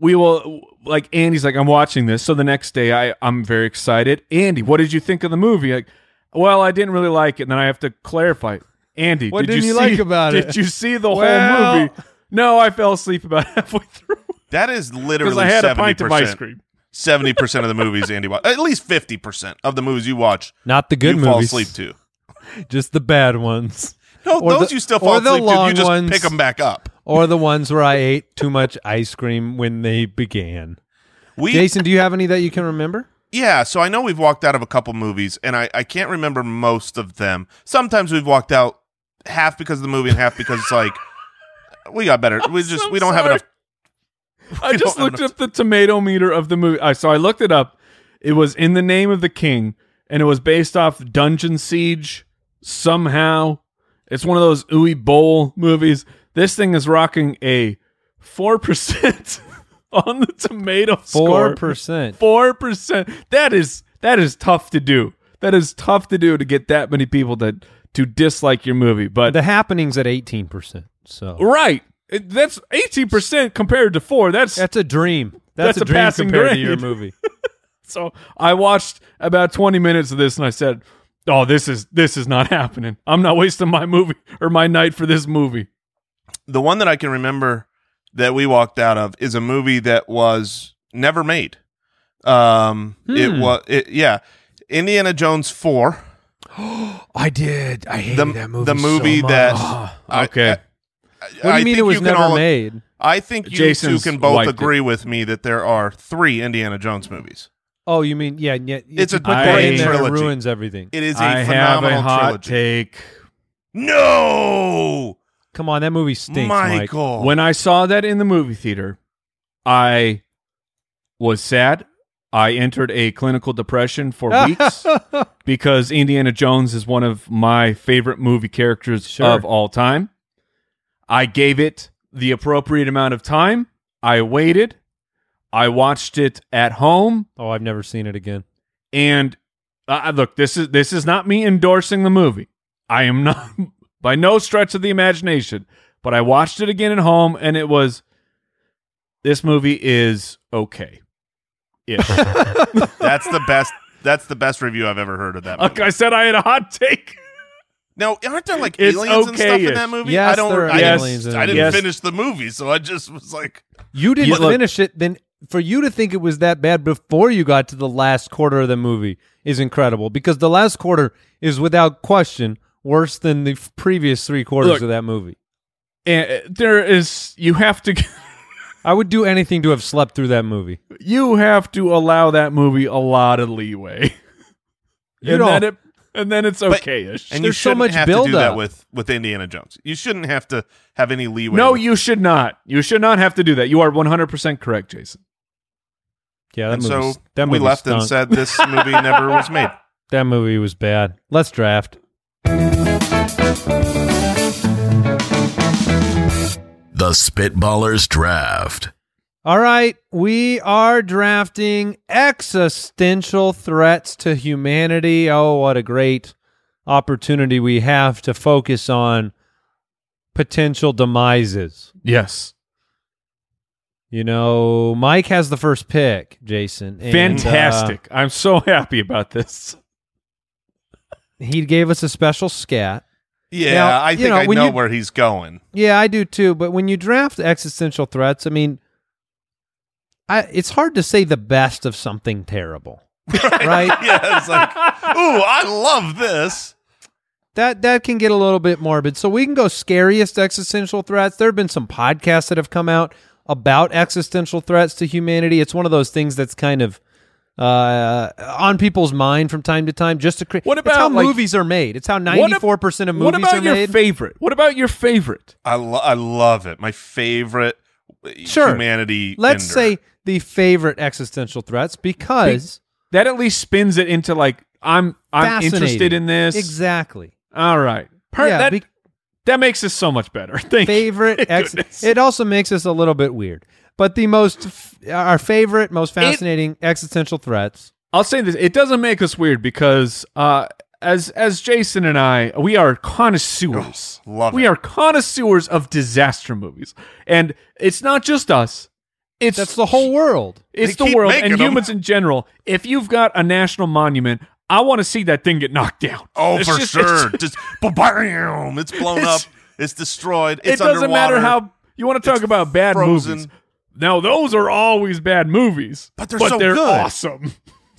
Speaker 6: we will like Andy's like I'm watching this, so the next day I I'm very excited. Andy, what did you think of the movie? Like, well, I didn't really like it. And then I have to clarify. Andy,
Speaker 2: What
Speaker 6: did
Speaker 2: didn't you
Speaker 6: you, see,
Speaker 2: like about
Speaker 6: did
Speaker 2: it?"
Speaker 6: Did you see the
Speaker 2: Well-
Speaker 6: whole movie? No, I fell asleep about halfway through
Speaker 4: that is
Speaker 6: because
Speaker 4: literally
Speaker 6: I had a
Speaker 4: 70%,
Speaker 6: pint of ice cream.
Speaker 4: 70% of the movies Andy watched. At least 50% of the movies you watch,
Speaker 2: Not the good
Speaker 4: you
Speaker 2: movies,
Speaker 4: fall asleep to.
Speaker 2: just the bad ones.
Speaker 4: No,
Speaker 2: Or
Speaker 4: those
Speaker 2: the-
Speaker 4: you still
Speaker 2: or
Speaker 4: fall
Speaker 2: the
Speaker 4: asleep to. You
Speaker 2: long
Speaker 4: just
Speaker 2: ones.
Speaker 4: pick them back up.
Speaker 2: or the ones where I ate too much ice cream when they began.
Speaker 4: We
Speaker 2: Jason, do you have any that you can remember?
Speaker 4: Yeah, so I know we've walked out of a couple movies, and I, I can't remember most of them. Sometimes we've walked out half because of the movie and half because it's like we got better. We just
Speaker 6: so
Speaker 4: we don't have
Speaker 6: sorry.
Speaker 4: enough.
Speaker 6: I just
Speaker 4: don't have
Speaker 6: looked up the tomato meter of the movie. I so I looked it up. It was in the name of the king, and it was based off Dungeon Siege. Somehow, it's one of those ooey bowl movies. This thing is rocking a four percent on the tomato
Speaker 2: Four
Speaker 6: score.
Speaker 2: percent.
Speaker 6: Four percent. That is that is tough to do. That is tough to do to get that many people to to dislike your movie. But
Speaker 2: The happenings at eighteen percent. So
Speaker 6: right, It- that's eighteen percent compared to four. That's
Speaker 2: that's a dream. That's, a
Speaker 6: That's a
Speaker 2: dream
Speaker 6: passing
Speaker 2: compared to
Speaker 6: grade.
Speaker 2: your movie.
Speaker 6: So I watched about 20 minutes of this and I said, "Oh, this is this is not happening. I'm not wasting my movie or my night for this movie."
Speaker 4: The one that I can remember that we walked out of is a movie that was never made. Um,
Speaker 2: Hmm.
Speaker 4: it was it, yeah, Indiana Jones four.
Speaker 2: I did. I hated
Speaker 4: The- the movie that- I- uh,
Speaker 6: Okay.
Speaker 4: I-
Speaker 2: Ah, What do you mean
Speaker 4: think
Speaker 2: it was
Speaker 4: can
Speaker 2: never
Speaker 4: all-
Speaker 2: made?
Speaker 4: I think you
Speaker 6: Jason's
Speaker 4: two can both
Speaker 6: wiped it.
Speaker 4: agree with me that there are three Indiana Jones movies.
Speaker 2: Oh, you mean yeah? yeah if
Speaker 4: It's
Speaker 2: you
Speaker 4: a
Speaker 2: put that
Speaker 6: great
Speaker 2: in there, it
Speaker 4: trilogy.
Speaker 2: ruins everything.
Speaker 4: It is a
Speaker 6: I have
Speaker 4: phenomenal
Speaker 6: a hot
Speaker 4: trilogy.
Speaker 6: take.
Speaker 4: No,
Speaker 2: Come on, that movie stinks, Mike.
Speaker 4: Michael.
Speaker 6: When I saw that in the movie theater, I was sad. I entered a clinical depression for weeks because Indiana Jones is one of my favorite movie characters
Speaker 2: Sure.
Speaker 6: of all time. I gave it the appropriate amount of time. I waited. I watched it at home
Speaker 2: oh, I've never seen it again.
Speaker 6: and uh, look, this is this is not me endorsing the movie. I am not by no stretch of the imagination, but I watched it again at home and it was this movie is okay. Yeah.
Speaker 4: That's the best. That's the best review I've ever heard of that. Movie.
Speaker 6: like I said I had a hot take.
Speaker 4: Now, aren't there like
Speaker 6: It's
Speaker 4: aliens and stuff in
Speaker 6: okay-ish.
Speaker 4: that movie?
Speaker 2: Yes,
Speaker 4: I don't.
Speaker 2: there are
Speaker 4: I,
Speaker 2: aliens in
Speaker 4: didn't, I
Speaker 2: it.
Speaker 4: didn't
Speaker 6: Yes.
Speaker 4: finish the movie, so I just was like,
Speaker 2: You didn't
Speaker 6: Yeah, look-
Speaker 2: finish it. Then for you to think it was that bad before you got to the last quarter of the movie is incredible because the last quarter is without question worse than the f- previous three quarters
Speaker 6: Look.
Speaker 2: of that movie.
Speaker 6: And uh, there is you have to
Speaker 2: I would do anything to have slept through that movie.
Speaker 6: you have to allow that movie a lot of leeway.
Speaker 2: You
Speaker 6: and
Speaker 2: don't.
Speaker 6: then it and then it's okayish.
Speaker 4: and you
Speaker 2: There's so
Speaker 4: shouldn't
Speaker 2: much
Speaker 4: have to do that
Speaker 2: buildup.
Speaker 4: with with Indiana Jones. You shouldn't have to have any leeway.
Speaker 6: no,
Speaker 4: with-
Speaker 6: you should not. You should not have to do that. You are 100% correct, Jason.
Speaker 2: Yeah, that
Speaker 4: And
Speaker 2: movie.
Speaker 4: so
Speaker 2: that
Speaker 4: we
Speaker 2: movie
Speaker 4: left
Speaker 2: stunk.
Speaker 4: and said this movie never was made.
Speaker 2: that movie was bad. Let's draft.
Speaker 3: The Spitballers Draft.
Speaker 2: All right, we are drafting existential threats to humanity. Oh, what a great opportunity we have to focus on potential demises.
Speaker 6: Yes.
Speaker 2: You know, Mike has the first pick, Jason. and, uh,
Speaker 6: Fantastic. I'm so happy about this.
Speaker 2: he gave us a special scat.
Speaker 4: Yeah,
Speaker 2: Now,
Speaker 4: I
Speaker 2: you
Speaker 4: think
Speaker 2: know,
Speaker 4: I
Speaker 2: when
Speaker 4: know
Speaker 2: you-
Speaker 4: where he's going.
Speaker 2: Yeah, I do too. But when you draft existential threats, I mean, I, it's hard to say the best of something terrible, right?
Speaker 4: Yeah, it's like, ooh, I love this.
Speaker 2: that that can get a little bit morbid. So we can go scariest existential threats. There have been some podcasts that have come out about existential threats to humanity. It's one of those things that's kind of uh, on people's mind from time to time. Just to create.
Speaker 6: What
Speaker 2: it's how
Speaker 6: about, like-
Speaker 2: movies are made? It's how
Speaker 6: What
Speaker 2: ninety
Speaker 6: ab-
Speaker 2: four percent of movies
Speaker 6: What about
Speaker 2: are
Speaker 6: your
Speaker 2: made.
Speaker 6: favorite? What about your favorite?
Speaker 4: I lo- I love it. My favorite
Speaker 2: Sure.
Speaker 4: humanity.
Speaker 2: Let's
Speaker 4: ender.
Speaker 2: say the favorite existential threats because
Speaker 6: That at least spins it into like I'm I'm
Speaker 2: Fascinating.
Speaker 6: interested in this.
Speaker 2: exactly.
Speaker 6: All right. Per-
Speaker 2: Yeah,
Speaker 6: that,
Speaker 2: be-
Speaker 6: that makes us so much better. Thank you.
Speaker 2: favorite ex-
Speaker 6: Goodness.
Speaker 2: it also makes us a little bit weird but the most f- our favorite most fascinating existential threats
Speaker 6: I'll say this: it doesn't make us weird because uh, as as Jason and I, we are connoisseurs.
Speaker 4: Oh, love
Speaker 6: we
Speaker 4: it.
Speaker 6: are connoisseurs of disaster movies, and it's not just us. It's
Speaker 2: that's the whole world
Speaker 6: It's
Speaker 4: They
Speaker 6: the
Speaker 4: keep
Speaker 6: world
Speaker 4: making
Speaker 6: and
Speaker 4: 'em.
Speaker 6: humans in general. If you've got a national monument, I want to see that thing get knocked down.
Speaker 4: Oh,
Speaker 6: It's
Speaker 4: for
Speaker 6: just- it's-
Speaker 4: sure. Just bam, it's blown
Speaker 6: It's-
Speaker 4: up. It's destroyed. It's
Speaker 6: it doesn't
Speaker 4: underwater.
Speaker 6: matter how you want to talk
Speaker 4: It's
Speaker 6: about bad
Speaker 4: frozen.
Speaker 6: movies. Now those are always bad movies,
Speaker 4: But they're so good.
Speaker 6: awesome.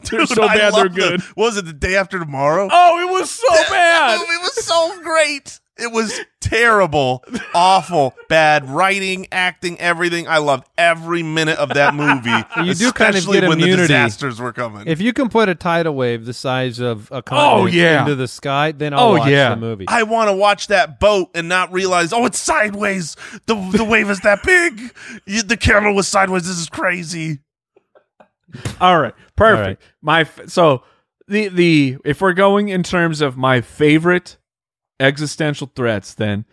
Speaker 6: They're so bad they're
Speaker 4: loved the-
Speaker 6: good.
Speaker 4: what was it the day after tomorrow?
Speaker 6: Oh, it was so
Speaker 4: That
Speaker 6: bad.
Speaker 4: movie was so great. It was terrible, awful, bad writing, acting, everything. I loved every minute of that movie.
Speaker 2: You do kind of
Speaker 4: especially
Speaker 2: get
Speaker 4: when the
Speaker 2: immunity.
Speaker 4: disasters were coming.
Speaker 2: If you can put a tidal wave the size of a continent
Speaker 6: Oh, yeah.
Speaker 2: into the sky, then I'll
Speaker 6: Oh,
Speaker 2: watch
Speaker 6: yeah.
Speaker 2: the movie.
Speaker 4: I want to watch that boat and not realize, oh, it's sideways. The the wave is that big. You, the camera was sideways. This is crazy.
Speaker 6: All right, perfect.
Speaker 2: All right.
Speaker 6: My f- so the the if we're going in terms of my favorite existential threats, then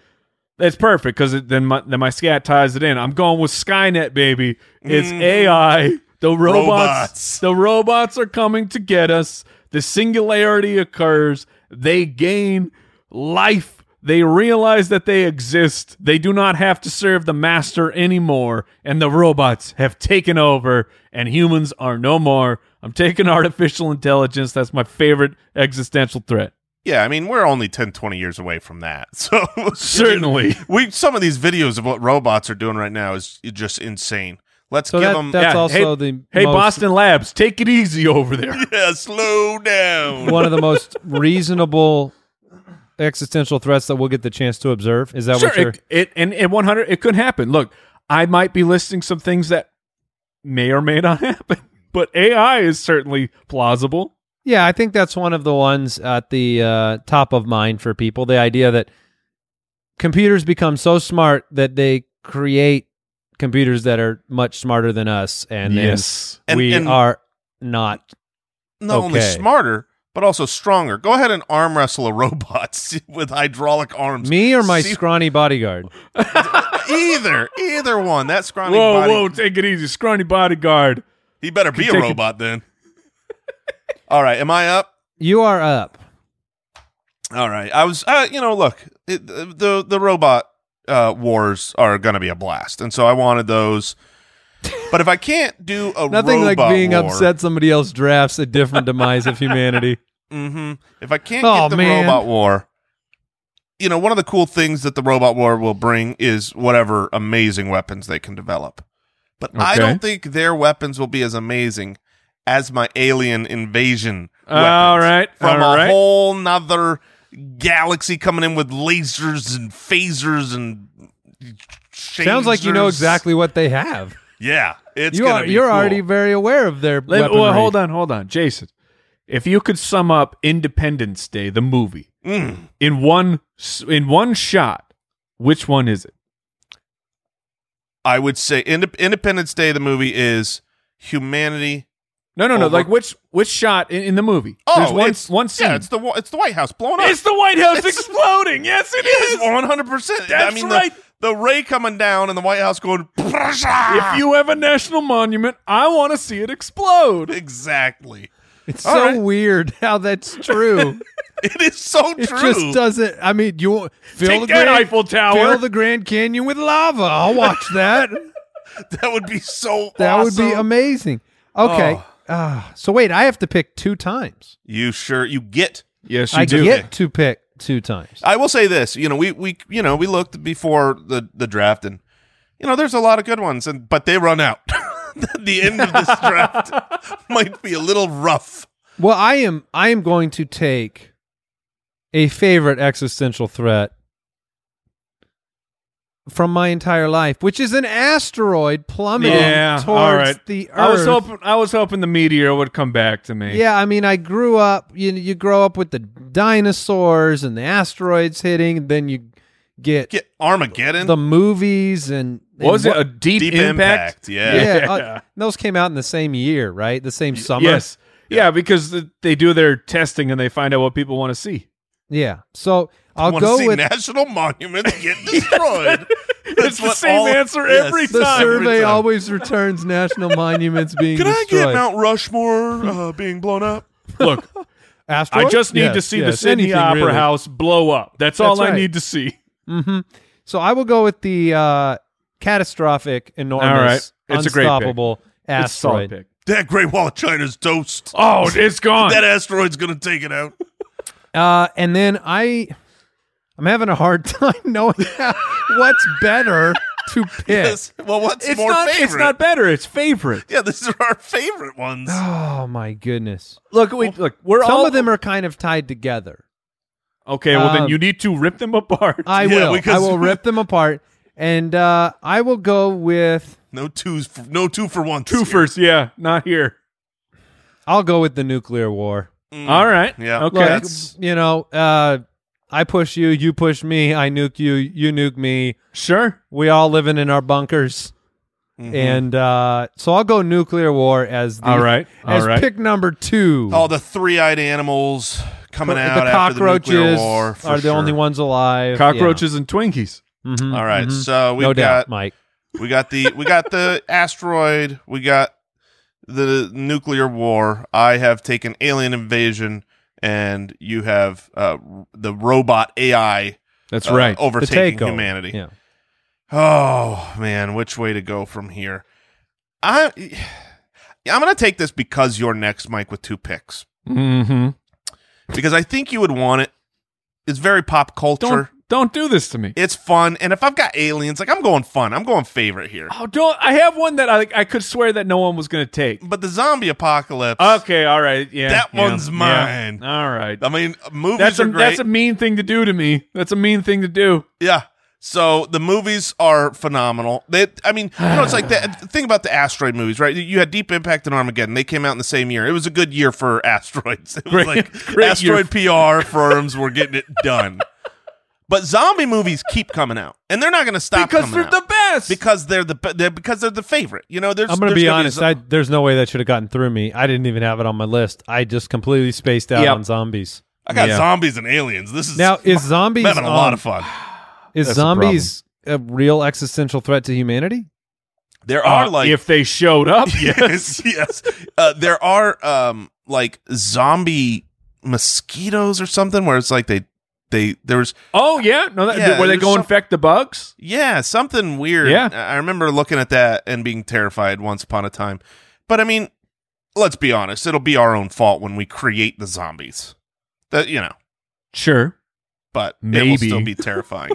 Speaker 6: that's perfect because then my then my scat ties it in. I'm going with Skynet, baby. It's
Speaker 4: Mhm.
Speaker 6: AI. The robots,
Speaker 4: Robots.
Speaker 6: The robots are coming to get us. The singularity occurs. They gain life. They realize that they exist. They do not have to serve the master anymore. And the robots have taken over, and humans are no more. I'm taking artificial intelligence. That's my favorite existential threat.
Speaker 4: Yeah, I mean, we're only 10, 20 years away from that. So
Speaker 6: Certainly.
Speaker 4: we some of these videos of what robots are doing right now is just insane. Let's
Speaker 2: so
Speaker 4: give
Speaker 2: that,
Speaker 4: them
Speaker 2: that's
Speaker 6: yeah,
Speaker 2: also the
Speaker 6: Hey,
Speaker 2: most-
Speaker 6: Boston Labs, take it easy over there.
Speaker 4: yeah, Uh, slow down.
Speaker 2: one of the most reasonable existential threats that we'll get the chance to observe. Is that what
Speaker 6: sure,
Speaker 2: you're?
Speaker 6: it, it and and one hundred, it could happen. Look, I might be listing some things that may or may not happen, but AI is certainly plausible.
Speaker 2: Yeah, I think that's one of the ones at the uh, top of mind for people. The idea that computers become so smart that they create computers that are much smarter than us, and then
Speaker 4: And-
Speaker 2: we
Speaker 4: and-
Speaker 2: are not.
Speaker 4: not only
Speaker 2: Okay.
Speaker 4: smarter but also stronger. Go ahead and arm wrestle a robot with hydraulic arms.
Speaker 2: Me or my
Speaker 4: See-
Speaker 2: scrawny bodyguard?
Speaker 4: either either one. That scrawny
Speaker 6: whoa,
Speaker 4: body.
Speaker 6: whoa, take it easy, scrawny bodyguard.
Speaker 4: He better be a
Speaker 6: Take it-
Speaker 4: robot then. All right, am I up?
Speaker 2: You are up.
Speaker 4: All right, I was. Uh, you know, look, it, the the robot uh, wars are going to be a blast, and so I wanted those. But if I can't do a
Speaker 2: Nothing like
Speaker 4: robot
Speaker 2: being
Speaker 4: war-
Speaker 2: upset somebody else drafts a different demise of humanity.
Speaker 4: hmm If I can't
Speaker 2: Aw,
Speaker 4: get the
Speaker 2: Oh, man.
Speaker 4: robot war, you know, one of the cool things that the robot war will bring is whatever amazing weapons they can develop. But I
Speaker 6: Okay.
Speaker 4: don't think their weapons will be as amazing as my alien invasion weapons.
Speaker 6: All right,
Speaker 4: From
Speaker 6: all
Speaker 4: a
Speaker 6: right.
Speaker 4: whole nother galaxy coming in with lasers and phasers and
Speaker 2: Sounds like you know
Speaker 4: shasers.
Speaker 2: exactly what they have.
Speaker 4: Yeah. It's
Speaker 2: you
Speaker 4: gonna
Speaker 2: are
Speaker 4: be
Speaker 2: you're
Speaker 4: cool.
Speaker 2: already very aware of their.
Speaker 6: Let,
Speaker 2: weaponry.
Speaker 6: well, hold on, hold on, Jason. If you could sum up Independence Day, the movie,
Speaker 4: Mm.
Speaker 6: in one s- in one shot, which one is it?
Speaker 4: I would say Inde- Independence Day, the movie is humanity.
Speaker 6: No, no, no.
Speaker 4: Over-
Speaker 6: Like which which shot in, in the movie?
Speaker 4: Oh,
Speaker 6: There's one
Speaker 4: it's-
Speaker 6: one scene.
Speaker 4: Yeah, it's the wa- it's the White House blowing up.
Speaker 6: It's the White House
Speaker 4: It's-
Speaker 6: exploding. Yes, it is.
Speaker 4: one hundred percent. I
Speaker 6: That's
Speaker 4: mean,
Speaker 6: right.
Speaker 4: The, the ray coming down and the White House going.
Speaker 6: If you have a national monument, I want to see it explode.
Speaker 4: exactly,
Speaker 2: It's
Speaker 4: All
Speaker 2: so
Speaker 4: right.
Speaker 2: weird how that's true.
Speaker 4: it is so
Speaker 2: it
Speaker 4: true.
Speaker 2: just doesn't. I mean, you fill
Speaker 6: Take
Speaker 2: the
Speaker 6: that
Speaker 2: Grand,
Speaker 6: Eiffel Tower.
Speaker 2: fill the Grand Canyon with lava. I'll watch that.
Speaker 4: that would be so.
Speaker 2: that would be
Speaker 4: awesome. Oh.
Speaker 2: amazing. Okay. Ah, so wait, I have to pick two times.
Speaker 4: You sure you get?
Speaker 6: yes,
Speaker 2: I get to pick two times.
Speaker 4: I will say this. You know, we we you know we looked before the the draft and you know there's a lot of good ones and but they run out. the end of this draft might be a little rough.
Speaker 2: Well, I am. I am going to take a favorite existential threat from my entire life, which is an asteroid plummeting
Speaker 6: Yeah, all
Speaker 2: towards
Speaker 6: right.
Speaker 2: the Earth.
Speaker 6: I was hoping I was hoping the meteor would come back to me.
Speaker 2: Yeah, I mean, I grew up. You you grow up with the dinosaurs and the asteroids hitting, and then you get
Speaker 4: Get Armageddon.
Speaker 2: the movies and, and
Speaker 6: Was it
Speaker 2: what-
Speaker 6: a deep,
Speaker 4: Deep Impact,
Speaker 6: impact?
Speaker 4: yeah.
Speaker 2: yeah,
Speaker 6: Yeah.
Speaker 2: uh, those came out in the same year, right? The same summer.
Speaker 6: Yes. Uh-huh. Yeah, because th- they do their testing and they find out what people want to see.
Speaker 2: Yeah. So I'll
Speaker 4: want to
Speaker 2: go
Speaker 4: see
Speaker 2: with
Speaker 4: national monuments get destroyed.
Speaker 6: It's the
Speaker 4: what
Speaker 6: same
Speaker 4: all-
Speaker 6: answer
Speaker 4: Yes.
Speaker 6: every
Speaker 2: the
Speaker 6: time.
Speaker 2: survey
Speaker 4: time.
Speaker 2: always returns national monuments being
Speaker 4: Can I
Speaker 2: destroyed.
Speaker 4: get Mount Rushmore uh, being blown up?
Speaker 6: Look,
Speaker 2: Asteroid?
Speaker 6: I just need
Speaker 2: Yes,
Speaker 6: to see the
Speaker 2: yes,
Speaker 6: Sydney
Speaker 2: anything
Speaker 6: Opera
Speaker 2: really.
Speaker 6: House blow up. That's, all
Speaker 2: That's
Speaker 6: I
Speaker 2: right.
Speaker 6: need to see.
Speaker 2: hmm So I will go with the uh, catastrophic, enormous,
Speaker 6: right. It's a great pick.
Speaker 2: unstoppable
Speaker 6: It's a solid
Speaker 2: asteroid.
Speaker 6: pick.
Speaker 4: That Great Wall of China's toast.
Speaker 6: Oh, it's gone.
Speaker 4: That asteroid's going to take it out.
Speaker 2: Uh, and then I, I'm having a hard time knowing how- what's better to pick.
Speaker 4: Yes. Well, what's
Speaker 6: It's
Speaker 4: more
Speaker 6: not.
Speaker 4: favorite?
Speaker 6: It's not better. It's favorite.
Speaker 4: yeah, these are our favorite ones.
Speaker 2: Oh my goodness!
Speaker 6: Look, we look. We're
Speaker 2: Some
Speaker 6: all
Speaker 2: of them are kind of tied together.
Speaker 6: Okay, well
Speaker 2: Um,
Speaker 6: then you need to rip them apart.
Speaker 2: I
Speaker 4: Yeah,
Speaker 2: will. I
Speaker 4: because-
Speaker 2: will rip them apart, and uh, I will go with.
Speaker 4: No twos, for, no two for one.
Speaker 6: Two first, yeah, not here.
Speaker 2: I'll go with the nuclear war.
Speaker 6: All right.
Speaker 4: Mm. Yeah.
Speaker 6: Okay.
Speaker 2: Look,
Speaker 4: that's-
Speaker 2: you know, uh, I push you, you push me, I nuke you, you nuke me.
Speaker 6: Sure.
Speaker 2: We all living in our bunkers,
Speaker 4: Mm-hmm.
Speaker 2: and uh, so I'll go nuclear war as the,
Speaker 6: All right. All
Speaker 2: as
Speaker 6: right.
Speaker 2: pick number two.
Speaker 4: All the three-eyed animals coming
Speaker 2: the
Speaker 4: out after the
Speaker 2: cockroaches
Speaker 4: nuclear war for
Speaker 2: are the
Speaker 4: sure.
Speaker 2: only ones alive.
Speaker 6: Cockroaches and Twinkies.
Speaker 2: Yeah. Mhm,
Speaker 4: All right,
Speaker 2: mhm.
Speaker 4: so we've
Speaker 2: no
Speaker 4: got
Speaker 2: doubt, Mike.
Speaker 4: we got the we got the asteroid, we got the nuclear war. I have taken alien invasion, and you have uh, the robot AI
Speaker 6: That's
Speaker 4: uh,
Speaker 6: right.
Speaker 2: The
Speaker 4: overtaking
Speaker 2: takeover.
Speaker 4: humanity.
Speaker 2: Yeah.
Speaker 4: Oh man, which way to go from here? I I'm gonna take this because you're next, Mike, with two picks
Speaker 6: Mm-hmm.
Speaker 4: because I think you would want it. It's very pop culture.
Speaker 6: Don't don't do this to me.
Speaker 4: It's fun, and if I've got aliens, like I'm going fun. I'm going favorite here.
Speaker 6: Oh, don't! I have one that I I could swear that no one was going to take.
Speaker 4: But the zombie apocalypse.
Speaker 6: Okay. All right. Yeah.
Speaker 4: That
Speaker 6: yeah,
Speaker 4: one's
Speaker 6: yeah.
Speaker 4: mine.
Speaker 6: All right.
Speaker 4: I mean, movies
Speaker 6: That's a
Speaker 4: are great.
Speaker 6: that's a mean thing to do to me. That's a mean thing to do.
Speaker 4: yeah. So the movies are phenomenal. They, I mean, you know, it's like that the thing about the asteroid movies, right? You had Deep Impact and Armageddon. They came out in the same year. It was a good year for asteroids. It was
Speaker 6: Great-
Speaker 4: like
Speaker 6: great
Speaker 4: asteroid PR firms were getting it done. But zombie movies keep coming out, and they're not going to stop
Speaker 6: Because
Speaker 4: coming
Speaker 6: they're
Speaker 4: out.
Speaker 6: the best.
Speaker 4: because they're the be- they're, because they're the favorite. You know, there's
Speaker 2: I'm gonna
Speaker 4: there's
Speaker 2: be
Speaker 4: gonna
Speaker 2: honest.
Speaker 4: a-
Speaker 2: I, there's no way that should have gotten through me. I didn't even have it on my list. I just completely spaced out
Speaker 6: Yep.
Speaker 2: on zombies.
Speaker 4: I got
Speaker 6: Yeah.
Speaker 4: zombies and aliens. This is
Speaker 2: Now is
Speaker 4: I'm
Speaker 2: zombies
Speaker 4: having a lot
Speaker 2: um,
Speaker 4: of fun.
Speaker 2: Is
Speaker 4: That's the
Speaker 2: zombies a real existential threat to humanity?
Speaker 4: There are
Speaker 6: Uh,
Speaker 4: like
Speaker 6: if they showed up.
Speaker 4: yes, yes. Uh, there are um like zombie mosquitoes or something where it's like they they there was
Speaker 6: Oh yeah. No. That,
Speaker 4: Yeah,
Speaker 6: where they
Speaker 4: there's
Speaker 6: go
Speaker 4: some-
Speaker 6: infect the bugs?
Speaker 4: yeah something weird.
Speaker 6: Yeah.
Speaker 4: I I remember looking at that and being terrified once upon a time. But I mean, let's be honest, it'll be our own fault when we create the zombies. That you know,
Speaker 6: Sure.
Speaker 4: but it will
Speaker 6: Maybe.
Speaker 4: still be terrifying.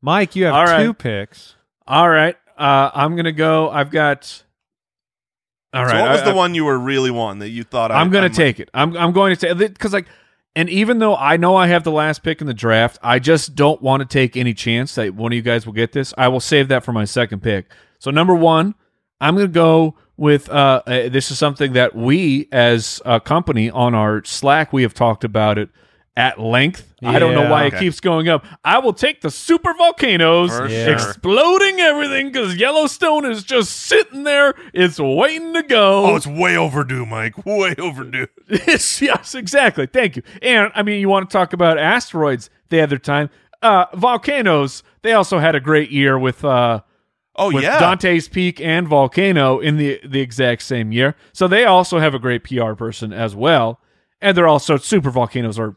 Speaker 2: Mike, you have
Speaker 6: All right.
Speaker 2: two picks.
Speaker 6: All right. Uh, I'm gonna go. I've got. All right.
Speaker 4: So what was
Speaker 6: I-
Speaker 4: the
Speaker 6: I-
Speaker 4: one you were really wanting that you thought I,
Speaker 6: I'm gonna
Speaker 4: might-
Speaker 6: take it. I'm I'm going to take because like, and even though I know I have the last pick in the draft, I just don't want to take any chance that one of you guys will get this. I will save that for my second pick. So number one, I'm gonna go with uh, uh this is something that we as a company on our Slack we have talked about it at length. I don't know
Speaker 2: Yeah.
Speaker 6: why it
Speaker 4: Okay.
Speaker 6: keeps going up. I will take the super volcanoes
Speaker 4: For
Speaker 2: Yeah. sure.
Speaker 6: exploding everything because Yellowstone is just sitting there. It's waiting to go.
Speaker 4: Oh, it's way overdue, Mike. Way overdue.
Speaker 6: Yes, yes, exactly. Thank you. And I mean, you want to talk about asteroids? They had their time. Uh, volcanoes. They also had a great year with uh,
Speaker 4: Oh
Speaker 6: with
Speaker 4: yeah.
Speaker 6: Dante's Peak and Volcano in the the exact same year. So they also have a great PR person as well. And they're also super volcanoes are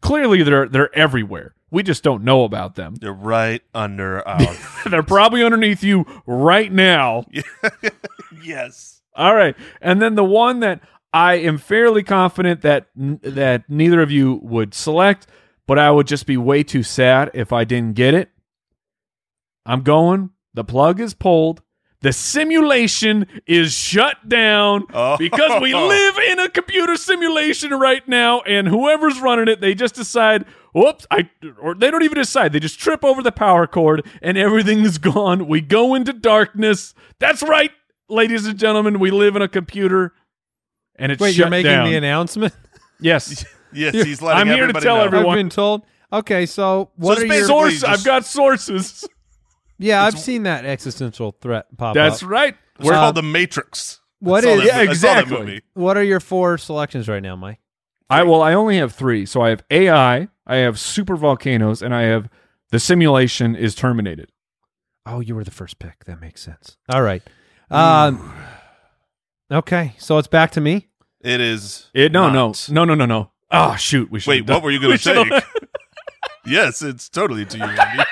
Speaker 6: clearly they're they're everywhere. We just don't know about them.
Speaker 4: They're right under our
Speaker 6: They're probably underneath you right now.
Speaker 4: yes.
Speaker 6: All right, and then the one that I am fairly confident that that neither of you would select, but I would just be way too sad if I didn't get it. I'm going. The plug is pulled. The simulation is shut down
Speaker 4: Oh.
Speaker 6: because we live in a computer simulation right now, and whoever's running it, they just decide, whoops, I or they don't even decide, they just trip over the power cord and everything is gone. We go into darkness. That's right, ladies and gentlemen, we live in a computer and it's
Speaker 2: Wait,
Speaker 6: shut
Speaker 2: you're making
Speaker 6: down.
Speaker 2: the announcement?
Speaker 6: yes.
Speaker 4: Yes,
Speaker 2: You-
Speaker 4: he's letting
Speaker 6: I'm here to
Speaker 4: everybody
Speaker 6: tell
Speaker 4: know.
Speaker 6: everyone-
Speaker 2: I've been told. Okay, so what
Speaker 4: it's
Speaker 2: are your?
Speaker 4: basically-
Speaker 6: Source,
Speaker 4: just-
Speaker 6: I've got sources.
Speaker 2: yeah, I've seen that existential threat pop
Speaker 6: That's
Speaker 2: up.
Speaker 6: right.
Speaker 4: It's called The Matrix.
Speaker 2: What
Speaker 4: I saw
Speaker 2: is?
Speaker 4: that- I
Speaker 6: Yeah,
Speaker 4: saw that
Speaker 6: exactly.
Speaker 4: movie.
Speaker 2: What are your four selections right now, Mike?
Speaker 6: I well, I only have three. So I have AI, I have super volcanoes, and I have the simulation is terminated.
Speaker 2: Oh, you were the first pick. That makes sense. All right. Um, okay, so it's back to me.
Speaker 4: It is.
Speaker 6: It Eh, no
Speaker 4: not.
Speaker 6: no no no no no. Oh shoot, we should
Speaker 4: Wait, what were you going to take? yes, it's totally to you. Andy.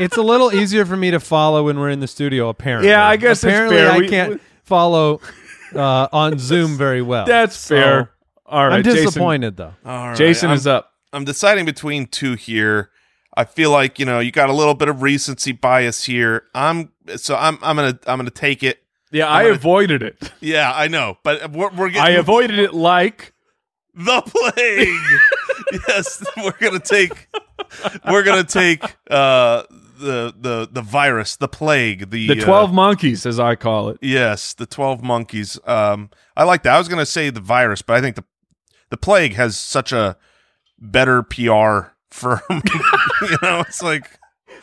Speaker 2: It's a little easier for me to follow when we're in the studio. Apparently,
Speaker 6: Yeah, I guess it's
Speaker 2: apparently
Speaker 6: fair.
Speaker 2: I
Speaker 6: We-
Speaker 2: can't
Speaker 6: we-
Speaker 2: follow uh, on Zoom very well.
Speaker 6: That's
Speaker 2: So-
Speaker 6: fair. All right,
Speaker 2: I'm
Speaker 6: Jason-
Speaker 2: disappointed though.
Speaker 4: All right,
Speaker 6: Jason
Speaker 4: I'm,
Speaker 6: is up.
Speaker 4: I'm deciding between two here. I feel like you know you got a little bit of recency bias here. I'm so I'm I'm gonna I'm gonna take it.
Speaker 6: Yeah, I
Speaker 4: gonna-
Speaker 6: avoided it.
Speaker 4: Yeah, I know, but we're we're
Speaker 6: I
Speaker 4: getting
Speaker 6: avoided it like
Speaker 4: the plague. yes, we're gonna take we're gonna take uh the the the virus, the plague, the
Speaker 6: the
Speaker 4: uh,
Speaker 6: twelve monkeys, as I call it.
Speaker 4: Yes, the twelve monkeys. Um, I like that. I was gonna say the virus, but I think the the plague has such a better PR firm. you know, it's like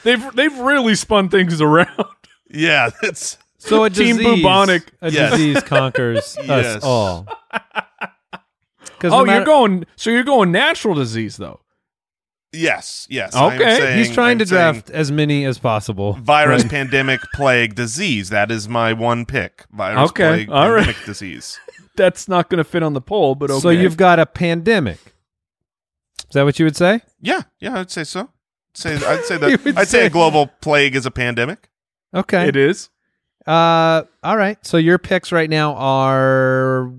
Speaker 6: They've they've really spun things around.
Speaker 4: yeah, it's
Speaker 2: So a
Speaker 6: Team
Speaker 2: disease,
Speaker 6: bubonic.
Speaker 2: a
Speaker 4: Yes.
Speaker 2: disease conquers
Speaker 4: Yes.
Speaker 2: us all. 'Cause no
Speaker 6: Oh,
Speaker 2: matter-
Speaker 6: you're going. So you're going natural disease though.
Speaker 4: yes, yes. I am
Speaker 6: Okay, he's
Speaker 4: saying-
Speaker 2: He's trying
Speaker 4: I'm
Speaker 2: to
Speaker 4: saying
Speaker 2: draft as many as possible.
Speaker 4: virus, pandemic, plague, disease. That is my one pick. Virus,
Speaker 6: Okay,
Speaker 4: plague,
Speaker 6: all right.
Speaker 4: pandemic, disease.
Speaker 6: That's not going to fit on the poll, but okay.
Speaker 2: So you've got a pandemic. Is that what you would say?
Speaker 4: Yeah, yeah, I'd say so. Say, I'd say
Speaker 2: You
Speaker 4: that.
Speaker 2: would
Speaker 4: I'd say
Speaker 2: say-
Speaker 4: a global plague is a pandemic.
Speaker 2: Okay.
Speaker 6: it is.
Speaker 2: Uh, all right. So your picks right now are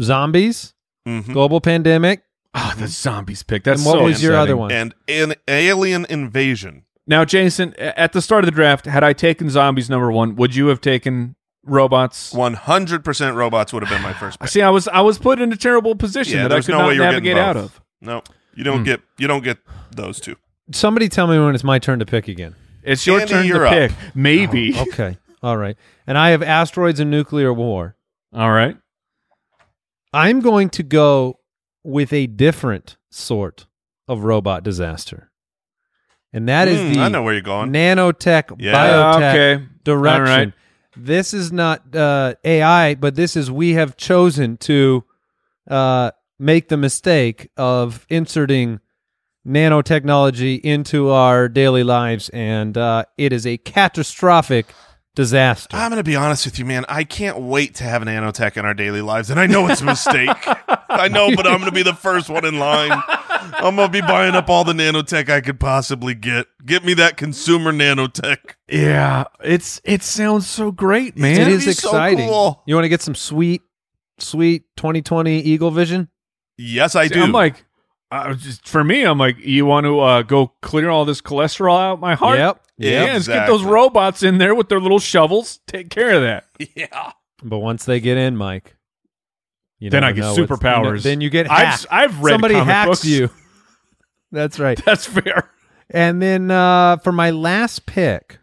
Speaker 2: zombies,
Speaker 4: hmm
Speaker 2: global pandemic,
Speaker 6: Oh, the zombies pick. That's
Speaker 2: and what
Speaker 6: so
Speaker 2: was your
Speaker 6: upsetting.
Speaker 2: other one?
Speaker 4: And an alien invasion.
Speaker 6: Now, Jason, a- at the start of the draft, had I taken zombies number one, would you have taken robots?
Speaker 4: One hundred percent robots would have been my first pick.
Speaker 6: See, I was I was put in a terrible position
Speaker 4: Yeah,
Speaker 6: that I
Speaker 4: there's
Speaker 6: could
Speaker 4: no
Speaker 6: not
Speaker 4: way you were getting
Speaker 6: navigate out Hmm.
Speaker 4: both.
Speaker 6: of.
Speaker 4: No, you don't get you don't get those two.
Speaker 2: Somebody tell me when it's my turn to pick again.
Speaker 6: It's your
Speaker 4: Andy,
Speaker 6: turn
Speaker 4: you're
Speaker 6: to
Speaker 4: up.
Speaker 6: pick. Maybe.
Speaker 2: Okay. all right. And I have asteroids and nuclear war.
Speaker 6: All right.
Speaker 2: I'm going to go with a different sort of robot disaster. And that is
Speaker 4: Mm,
Speaker 2: the
Speaker 4: I know where you're going.
Speaker 2: nanotech,
Speaker 4: Yeah.
Speaker 2: biotech
Speaker 6: Okay.
Speaker 2: direction.
Speaker 6: All right.
Speaker 2: This is not uh, AI, but this is we have chosen to uh, make the mistake of inserting nanotechnology into our daily lives, and uh, it is a catastrophic disaster.
Speaker 4: I'm going to be honest with you, man. I can't wait to have nanotech in our daily lives, and I know it's a mistake. I know, but I'm going to be the first one in line. I'm going to be buying up all the nanotech I could possibly get. Get me that consumer nanotech.
Speaker 6: Yeah. It's it sounds so great, man.
Speaker 2: it
Speaker 4: gonna
Speaker 2: is
Speaker 4: be so
Speaker 2: exciting.
Speaker 4: cool.
Speaker 2: You want to get some sweet, sweet 2020 Eagle Vision?
Speaker 4: Yes, I
Speaker 6: See,
Speaker 4: do.
Speaker 6: I'm like, I was just, for me, I'm like, you want to uh, go clear all this cholesterol out my heart?
Speaker 2: Yep.
Speaker 6: Yeah.
Speaker 4: Yeah,
Speaker 6: let's get those
Speaker 4: exactly.
Speaker 6: robots in there with their little shovels. Take care of that.
Speaker 4: yeah.
Speaker 2: But once they get in, Mike, you
Speaker 6: Then
Speaker 2: never
Speaker 6: I get
Speaker 2: know what's- you know-
Speaker 6: superpowers.
Speaker 2: then you get
Speaker 6: I've
Speaker 2: hacked.
Speaker 6: s- I've read
Speaker 2: somebody
Speaker 6: comic
Speaker 2: hacks
Speaker 6: books.
Speaker 2: you. That's right.
Speaker 6: That's fair.
Speaker 2: And then uh, for my last pick,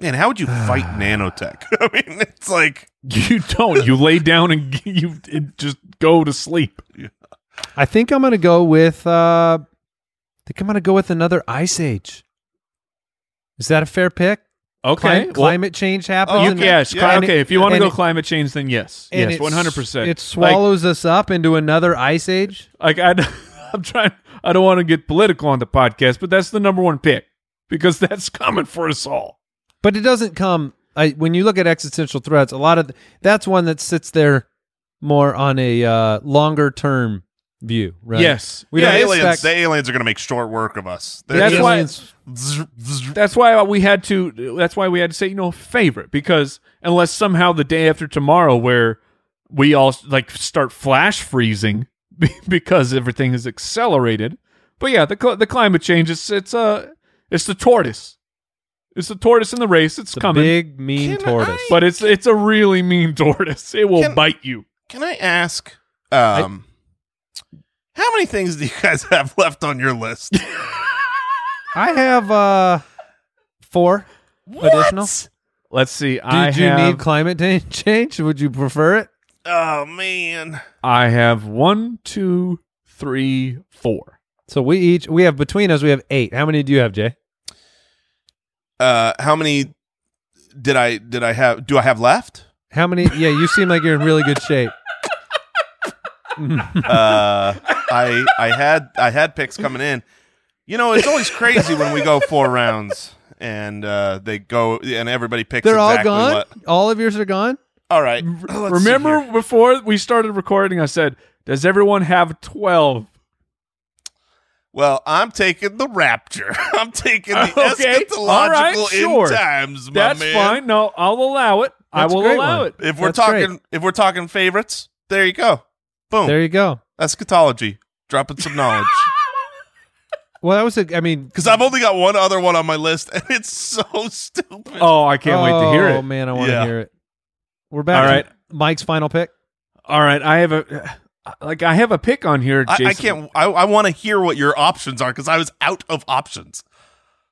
Speaker 4: Man, how would you fight nanotech? I mean, it's like
Speaker 6: You don't. You lay down and you it just go to sleep.
Speaker 2: I think I'm going to go with. Uh, I think I'm going to go with another Ice Age. Is that a fair pick? Clim-
Speaker 6: Okay. Well,
Speaker 2: climate change happens.
Speaker 4: Oh,
Speaker 2: and-
Speaker 4: okay.
Speaker 6: yes.
Speaker 4: Yeah.
Speaker 6: cli-
Speaker 2: and it-
Speaker 6: okay. If you want to
Speaker 2: and
Speaker 6: go
Speaker 2: it-
Speaker 6: climate change, then yes.
Speaker 2: and
Speaker 6: Yes.
Speaker 2: it's-
Speaker 6: One hundred percent.
Speaker 2: It swallows us up into another Ice Age.
Speaker 6: Like, like I, I'm trying. I don't want to get political on the podcast, but that's the number one pick because that's coming for us all.
Speaker 2: but it doesn't come I, when you look at existential threats a lot of th- that's one that sits there more on a uh, longer term view right
Speaker 6: Yes.
Speaker 2: we
Speaker 4: yeah,
Speaker 2: don't
Speaker 4: aliens.
Speaker 2: expect
Speaker 4: The aliens are going to make short work of us. They're
Speaker 6: That's
Speaker 4: just-
Speaker 6: why-
Speaker 2: aliens-
Speaker 4: Zzz, zzz.
Speaker 6: That's why we had to. That's why we had to say you know favorite because unless somehow the day after tomorrow where we all like start flash freezing be- because everything is accelerated. But yeah, the cl- the climate change is it's uh, it's the tortoise. It's the tortoise in the race. It's
Speaker 2: the
Speaker 6: coming,
Speaker 2: big mean
Speaker 4: Can
Speaker 2: tortoise
Speaker 4: I-
Speaker 6: but it's it's a really mean tortoise. It will
Speaker 4: Can-
Speaker 6: bite you.
Speaker 4: Can I ask? Um, how many things do you guys have left on your list?
Speaker 2: i have uh four additional
Speaker 4: What?
Speaker 6: Let's see.
Speaker 2: did
Speaker 6: I
Speaker 2: you
Speaker 6: have
Speaker 2: need climate ta- change would you prefer it
Speaker 4: Oh man.
Speaker 6: I have one, two, three, four.
Speaker 2: so we each we have between us we have eight how many do you have jay
Speaker 4: Uh, how many did I did I have? Do I have left?
Speaker 2: how many yeah you seem like you're in really good shape
Speaker 4: Uh, I I had I had picks coming in. You know, it's always crazy when we go four rounds and uh, they go and everybody picks.
Speaker 2: they're all
Speaker 4: exactly
Speaker 2: gone
Speaker 4: What,
Speaker 2: all of yours are gone
Speaker 4: all right. Oh, let's see
Speaker 6: Remember
Speaker 4: here.
Speaker 6: before we started recording, I said, "Does everyone have 12?
Speaker 4: Well, I'm taking the rapture. I'm taking the
Speaker 6: Okay, all
Speaker 4: eschatological
Speaker 6: right, sure.
Speaker 4: end times, my
Speaker 6: That's
Speaker 4: man.
Speaker 6: fine. No, I'll allow it.
Speaker 2: That's
Speaker 6: I
Speaker 2: a
Speaker 6: will
Speaker 2: great
Speaker 6: allow
Speaker 2: one.
Speaker 6: it.
Speaker 4: If we're
Speaker 2: That's
Speaker 4: talking,
Speaker 2: great.
Speaker 4: if we're talking favorites, there you go. Boom.
Speaker 2: there you go
Speaker 4: Eschatology. Dropping some knowledge.
Speaker 2: Well, that was. A, I mean,
Speaker 4: Because I've only got one other one on my list, and it's so stupid.
Speaker 6: Oh, I can't wait to hear
Speaker 2: Oh
Speaker 4: Um,
Speaker 6: it.
Speaker 2: man, I want to
Speaker 4: Yeah.
Speaker 2: hear it. We're back.
Speaker 6: All
Speaker 2: to
Speaker 6: right.
Speaker 2: Mike's final pick.
Speaker 6: All right, I have a like I have a pick on here.
Speaker 4: I,
Speaker 6: Jason.
Speaker 4: I can't. I, I want to hear what your options are because I was out of options.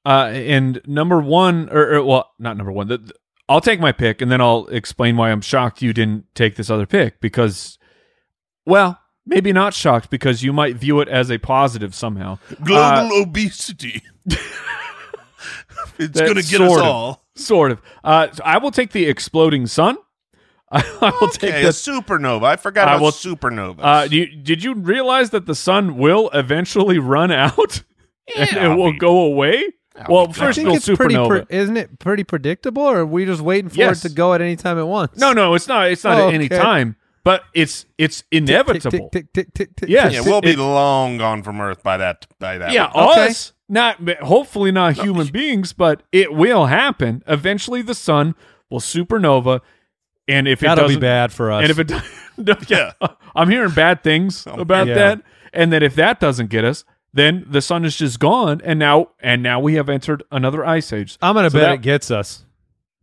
Speaker 6: Uh, and number one, or, or well, not number one. The, the- I'll take my pick, and then I'll explain why I'm shocked you didn't take this other pick because, well, maybe not shocked because you might view it as a positive somehow.
Speaker 4: Global
Speaker 6: Uh,
Speaker 4: obesity. it's
Speaker 6: That
Speaker 4: gonna get us
Speaker 6: sort of-
Speaker 4: all.
Speaker 6: Sort of. Uh, so I will take the exploding sun. I will
Speaker 4: Okay,
Speaker 6: take
Speaker 4: a
Speaker 6: the
Speaker 4: supernova. I forgot
Speaker 6: I
Speaker 4: about
Speaker 6: will-
Speaker 4: supernovas.
Speaker 6: Uh, do you, did you realize that the sun will eventually run out and
Speaker 4: Yeah, I
Speaker 6: it will
Speaker 4: mean-
Speaker 6: go away? Well, first
Speaker 2: I
Speaker 6: it'll
Speaker 2: think it's pretty.
Speaker 6: supernova.
Speaker 2: Pre- isn't it pretty predictable? Or are we just waiting for
Speaker 6: Yes.
Speaker 2: it to go at any time it wants?
Speaker 6: no, no, it's not. It's not
Speaker 2: Oh,
Speaker 6: at any
Speaker 2: okay.
Speaker 6: time, but it's it's
Speaker 2: Tick, tick,
Speaker 6: inevitable.
Speaker 2: Tick, tick, tick, tick, tick,
Speaker 6: Yes.
Speaker 2: tick.
Speaker 4: yeah, we'll be
Speaker 6: it-
Speaker 4: long gone from Earth by that. By that.
Speaker 6: Yeah,
Speaker 4: one.
Speaker 2: Okay.
Speaker 6: us not hopefully not human beings, but it will happen. Eventually, the sun will supernova, and if it
Speaker 2: That'll be
Speaker 6: doesn't-
Speaker 2: bad for us.
Speaker 6: And if it, no, yeah, I'm hearing bad things
Speaker 4: Oh
Speaker 6: about
Speaker 2: yeah.
Speaker 6: that. And then if that doesn't get us, then the sun is just gone, and now and now we have entered another ice age.
Speaker 2: I'm gonna
Speaker 6: So
Speaker 2: bet
Speaker 6: that-
Speaker 2: it gets us.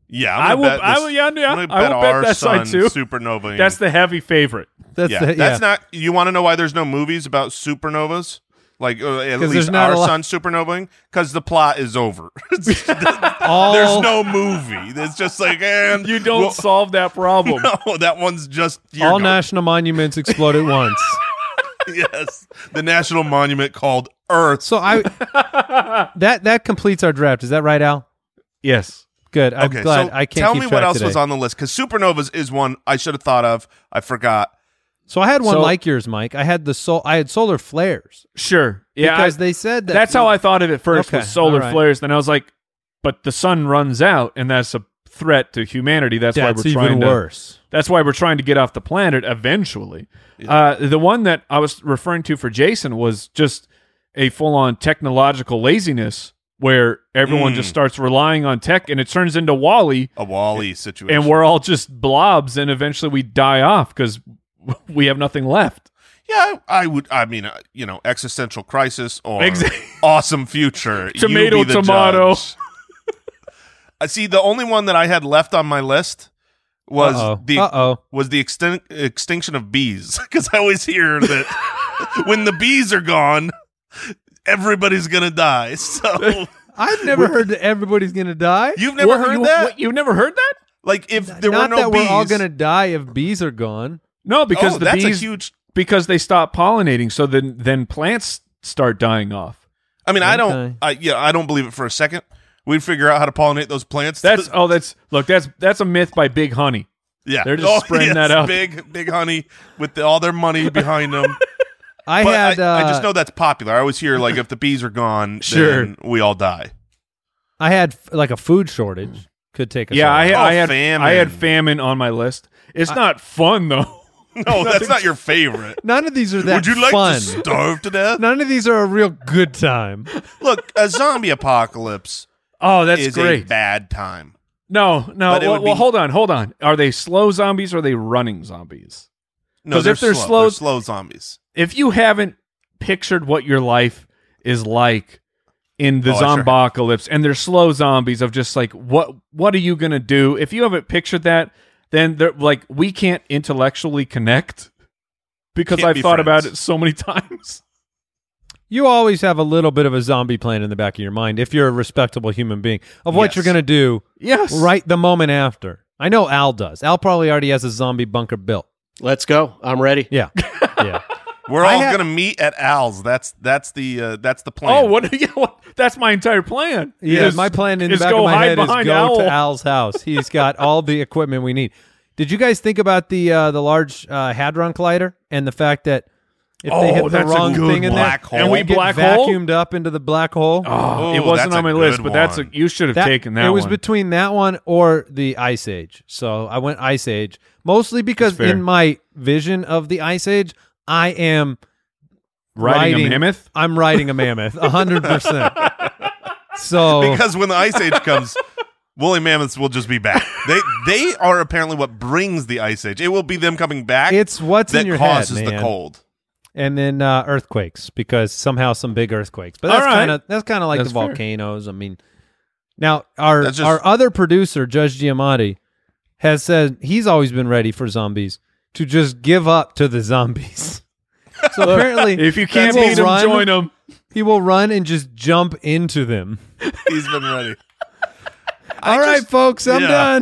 Speaker 4: yeah.
Speaker 6: I
Speaker 4: I'm
Speaker 6: will-
Speaker 4: gonna bet
Speaker 6: I
Speaker 4: this-
Speaker 6: will- yeah, yeah,
Speaker 4: I'm gonna
Speaker 6: I will bet
Speaker 4: our
Speaker 6: that side
Speaker 4: sun
Speaker 6: too.
Speaker 4: Supernova.
Speaker 6: That's the heavy favorite.
Speaker 2: That's
Speaker 4: yeah,
Speaker 2: the,
Speaker 4: that's
Speaker 2: yeah.
Speaker 4: not. You want to know why there's no movies about supernovas? Like uh, at
Speaker 2: 'Cause
Speaker 4: least
Speaker 2: there's not
Speaker 4: our
Speaker 2: a lot-
Speaker 4: sun supernovaing because the plot is over. It's-
Speaker 2: all.
Speaker 4: there's no movie. It's just like and
Speaker 6: You don't
Speaker 4: well,
Speaker 6: solve that problem.
Speaker 4: no, that one's just you're
Speaker 2: all
Speaker 4: gone.
Speaker 2: national monuments explode at once.
Speaker 4: yes, the national monument called Earth.
Speaker 2: So I that that completes our draft. Is that right, Al?
Speaker 6: Yes.
Speaker 2: Good. I'm
Speaker 4: okay,
Speaker 2: glad
Speaker 4: so
Speaker 2: I can't
Speaker 4: tell
Speaker 2: keep
Speaker 4: me what
Speaker 2: track
Speaker 4: else
Speaker 2: today.
Speaker 4: was on the list because supernovas is one I should have thought of. I forgot.
Speaker 2: So I had one
Speaker 6: So-
Speaker 2: like yours, Mike. I had the sol- I had solar flares
Speaker 6: Sure. Yeah.
Speaker 2: because
Speaker 6: I-
Speaker 2: they said that
Speaker 6: that's how I thought of it first
Speaker 2: Okay,
Speaker 6: with solar
Speaker 2: all right.
Speaker 6: flares. Then I was like, but the sun runs out, and that's a threat to humanity. That's,
Speaker 2: That's
Speaker 6: why we're trying
Speaker 2: even
Speaker 6: to.
Speaker 2: worse.
Speaker 6: That's why we're trying to get off the planet eventually. Uh, the one that I was referring to for Jason was just a full on technological laziness where everyone
Speaker 4: Mm.
Speaker 6: just starts relying on tech and it turns into Wally
Speaker 4: A Wally situation.
Speaker 6: and we're all just blobs and eventually we die off because we have nothing left.
Speaker 4: yeah, I, I would. I mean, uh, you know, existential crisis or
Speaker 6: Exa-
Speaker 4: awesome future. You
Speaker 6: Tomato,
Speaker 4: be the
Speaker 6: tomato.
Speaker 4: judge. I see. The only one that I had left on my list was
Speaker 2: Uh-oh.
Speaker 4: the
Speaker 2: Uh-oh.
Speaker 4: was the extin- extinction of bees because I always hear that when the bees are gone, everybody's gonna die. So
Speaker 2: I've never heard that everybody's gonna die.
Speaker 4: you've never
Speaker 6: What,
Speaker 4: heard
Speaker 6: you,
Speaker 4: that?
Speaker 6: what, you've never heard that?
Speaker 4: like if there
Speaker 2: Not
Speaker 4: were no
Speaker 2: that
Speaker 4: bees,
Speaker 2: we're all gonna die if bees are gone.
Speaker 6: No, because
Speaker 4: oh,
Speaker 6: the
Speaker 4: that's
Speaker 6: bees
Speaker 4: a huge.
Speaker 6: because they stop pollinating, so then then plants start dying off.
Speaker 4: I mean, I
Speaker 2: Okay.
Speaker 4: don't. I, yeah, I don't believe it for a second. We'd figure out how to pollinate those plants.
Speaker 6: That's oh, that's look, that's that's a myth by Big Honey.
Speaker 4: yeah, Oh,
Speaker 6: they're just spreading that out.
Speaker 4: Big, big honey with the, all their money behind them.
Speaker 2: I
Speaker 4: But
Speaker 2: had
Speaker 4: I,
Speaker 2: uh,
Speaker 4: I just know that's popular. I always hear like if the bees are gone,
Speaker 6: Sure.
Speaker 4: then we all die.
Speaker 2: I had f- like a food shortage could take us.
Speaker 6: yeah,
Speaker 2: all
Speaker 6: I,
Speaker 2: out.
Speaker 6: I
Speaker 4: Oh,
Speaker 6: had
Speaker 4: famine.
Speaker 6: I had famine on my list. It's not fun though.
Speaker 4: No, that's not your favorite.
Speaker 2: none of these are that
Speaker 4: Would you like
Speaker 2: fun.
Speaker 4: to starve to death?
Speaker 2: none of these are a real good time.
Speaker 4: Look, a zombie apocalypse
Speaker 6: Oh, that's
Speaker 4: is a
Speaker 6: great.
Speaker 4: bad time.
Speaker 6: no, no.
Speaker 4: But it
Speaker 6: Well,
Speaker 4: would
Speaker 6: well,
Speaker 4: be-
Speaker 6: hold on, hold on. Are they slow zombies or are they running zombies?
Speaker 4: No,
Speaker 6: 'Cause
Speaker 4: they're
Speaker 6: if they're
Speaker 4: slow,
Speaker 6: slow-
Speaker 4: they're slow zombies.
Speaker 6: If you haven't pictured what your life is like in the
Speaker 4: Oh, I sure have.
Speaker 6: zombocalypse and they're slow zombies of just like what what are you gonna do? If you haven't pictured that, then they're like we can't intellectually connect because
Speaker 4: Can't
Speaker 6: I've
Speaker 4: be
Speaker 6: thought about
Speaker 4: friends.
Speaker 6: it so many times.
Speaker 2: You always have a little bit of a zombie plan in the back of your mind if you're a respectable human being of what
Speaker 4: Yes.
Speaker 2: you're gonna do
Speaker 6: Yes,
Speaker 2: right the moment after. I know Al does. Al probably already has a zombie bunker built.
Speaker 5: Let's go. I'm ready.
Speaker 2: Yeah, yeah.
Speaker 4: We're
Speaker 2: I
Speaker 4: all
Speaker 2: ha-
Speaker 4: gonna meet at Al's. That's that's the uh, that's the plan.
Speaker 6: Oh, what? Yeah, what? That's my entire plan.
Speaker 2: Yeah,
Speaker 6: Is-
Speaker 2: my plan in the
Speaker 6: is
Speaker 2: back
Speaker 6: go
Speaker 2: of my
Speaker 6: hide
Speaker 2: head is go
Speaker 6: behind
Speaker 2: to
Speaker 6: Owl.
Speaker 2: Al's house. He's got all the equipment we need. Did you guys think about the uh, the large uh, hadron collider and the fact that if they
Speaker 6: Oh,
Speaker 2: hit the
Speaker 6: that's a
Speaker 2: wrong
Speaker 6: good
Speaker 2: thing in
Speaker 4: black
Speaker 2: there,
Speaker 4: hole. And we
Speaker 2: it'll get
Speaker 6: black hole?
Speaker 2: vacuumed up into the black hole?
Speaker 6: Oh, it
Speaker 4: Oh,
Speaker 6: wasn't
Speaker 4: that's
Speaker 6: on
Speaker 4: a
Speaker 6: my list,
Speaker 4: good
Speaker 6: but that's a
Speaker 4: one.
Speaker 6: you should have taken that.
Speaker 2: It was
Speaker 6: one.
Speaker 2: between that one or the Ice Age. So I went Ice Age mostly because
Speaker 6: fair.
Speaker 2: in my vision of the Ice Age, I am
Speaker 6: riding,
Speaker 2: riding-
Speaker 6: a mammoth.
Speaker 2: I'm riding a mammoth, hundred percent. So
Speaker 4: Because when the ice age comes, woolly mammoths will just be back. They they are apparently what brings the ice age. It will be them coming back
Speaker 2: it's what's
Speaker 4: that
Speaker 2: in your
Speaker 4: causes
Speaker 2: head,
Speaker 4: the
Speaker 2: man.
Speaker 4: cold.
Speaker 2: and then uh, earthquakes because somehow some big earthquakes. But
Speaker 1: All
Speaker 2: that's
Speaker 1: right.
Speaker 2: kind of that's kind of like
Speaker 1: That's
Speaker 2: the
Speaker 1: fair.
Speaker 2: volcanoes. I mean, now our
Speaker 4: That's just-
Speaker 2: our other producer Judge Giamatti has said he's always been ready for zombies to just give up to the zombies. So apparently,
Speaker 1: If you can't
Speaker 2: he will
Speaker 1: beat him,
Speaker 2: run-
Speaker 1: join him.
Speaker 2: He will run and just jump into them.
Speaker 4: He's been ready.
Speaker 2: All right, folks, I'm
Speaker 4: yeah.
Speaker 2: done.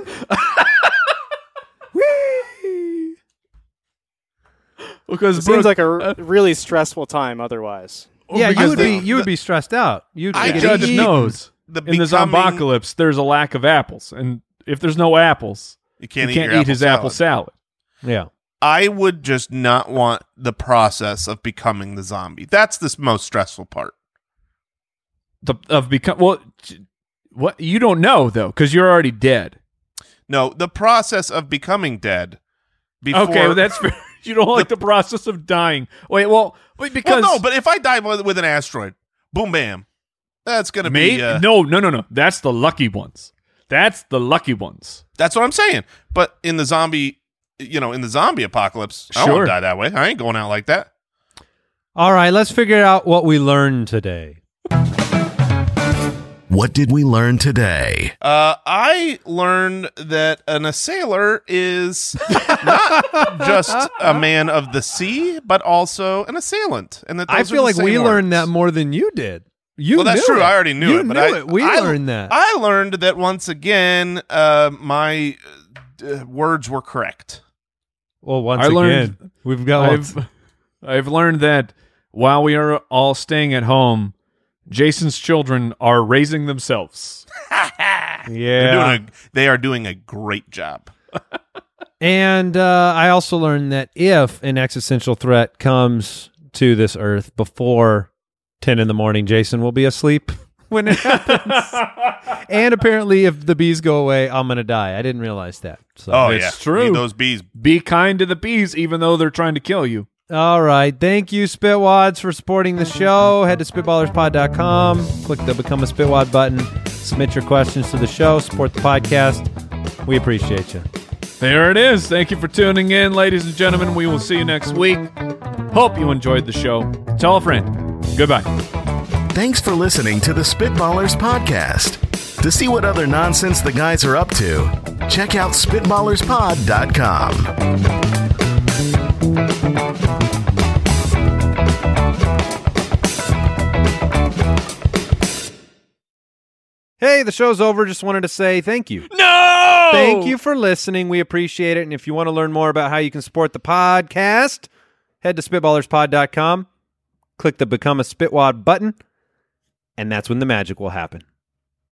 Speaker 1: Because
Speaker 8: It seems
Speaker 1: Brooke,
Speaker 8: like a r- really stressful time otherwise.
Speaker 2: yeah, you
Speaker 4: because
Speaker 2: would
Speaker 4: they-
Speaker 2: be you would be stressed out. You'd
Speaker 4: I
Speaker 2: get
Speaker 4: judge
Speaker 2: eaten.
Speaker 1: knows
Speaker 4: The
Speaker 6: in the
Speaker 4: becoming-
Speaker 6: zombocalypse, there's a lack of apples, and if there's no apples,
Speaker 4: You can't,
Speaker 6: you can't
Speaker 4: eat, your
Speaker 6: eat his
Speaker 4: apple
Speaker 6: apple
Speaker 4: salad.
Speaker 6: salad.
Speaker 2: Yeah,
Speaker 4: I would just not want the process of becoming the zombie. That's the most stressful part.
Speaker 6: The, of become well, t- what you don't know though, because you're already dead.
Speaker 4: No, the process of becoming dead. Before,
Speaker 6: okay, well, that's fair. you don't like the process of dying. Wait, well, wait
Speaker 4: Well,
Speaker 6: because
Speaker 4: no, but if I die with, with an asteroid, boom, bam, that's gonna
Speaker 6: May-
Speaker 4: be. Uh,
Speaker 6: no, no, no, no. That's the lucky ones. That's the lucky ones.
Speaker 4: That's what I'm saying. But in the zombie, you know, in the zombie apocalypse, I
Speaker 6: Sure.
Speaker 4: won't die that way. I ain't going out like that.
Speaker 2: All right, let's figure out what we learned today.
Speaker 3: What did we learn today?
Speaker 4: Uh, I learned that an assailer is not just a man of the sea, but also an assailant, and that
Speaker 2: I
Speaker 4: those are
Speaker 2: feel
Speaker 4: the
Speaker 2: like
Speaker 4: same
Speaker 2: we
Speaker 4: words.
Speaker 2: learned that more than you did. You
Speaker 4: well, that's
Speaker 2: knew
Speaker 4: true.
Speaker 2: It.
Speaker 4: I already knew
Speaker 2: you
Speaker 4: it, but
Speaker 2: knew
Speaker 4: I,
Speaker 2: it. We
Speaker 4: I-
Speaker 2: learned that.
Speaker 4: I learned that once again, uh, my uh, d- words were correct.
Speaker 2: well, once
Speaker 6: I learned-
Speaker 2: again, we've got.
Speaker 6: I've I've learned that while we are all staying at home, Jason's children are raising themselves.
Speaker 4: They're
Speaker 2: yeah,
Speaker 4: doing a, they are doing a great job.
Speaker 2: and uh, I also learned that if an existential threat comes to this Earth before ten in the morning, Jason will be asleep when it happens. and apparently, if the bees go away, I'm gonna die. I didn't realize that. So.
Speaker 4: Oh,
Speaker 6: It's
Speaker 4: yeah,
Speaker 6: true.
Speaker 4: Need those bees.
Speaker 6: Be kind to the bees, even though they're trying to kill you.
Speaker 2: All right. Thank you, Spitwads, for supporting the show. Head to spitballerspod.com, click the Become a Spitwad button, submit your questions to the show, support the podcast. We appreciate you.
Speaker 6: There it is. Thank you for tuning in, ladies and gentlemen. We will see you next week. Hope you enjoyed the show. Tell a friend. Goodbye.
Speaker 3: Thanks for listening to the Spitballers Podcast. To see what other nonsense the guys are up to, check out SpitballersPod.com.
Speaker 2: Hey, the show's over. Just wanted to say thank you.
Speaker 6: No!
Speaker 2: Thank you for listening. We appreciate it. And if you want to learn more about how you can support the podcast, head to spitballerspod.com, click the Become a Spitwad button, and that's when the magic will happen.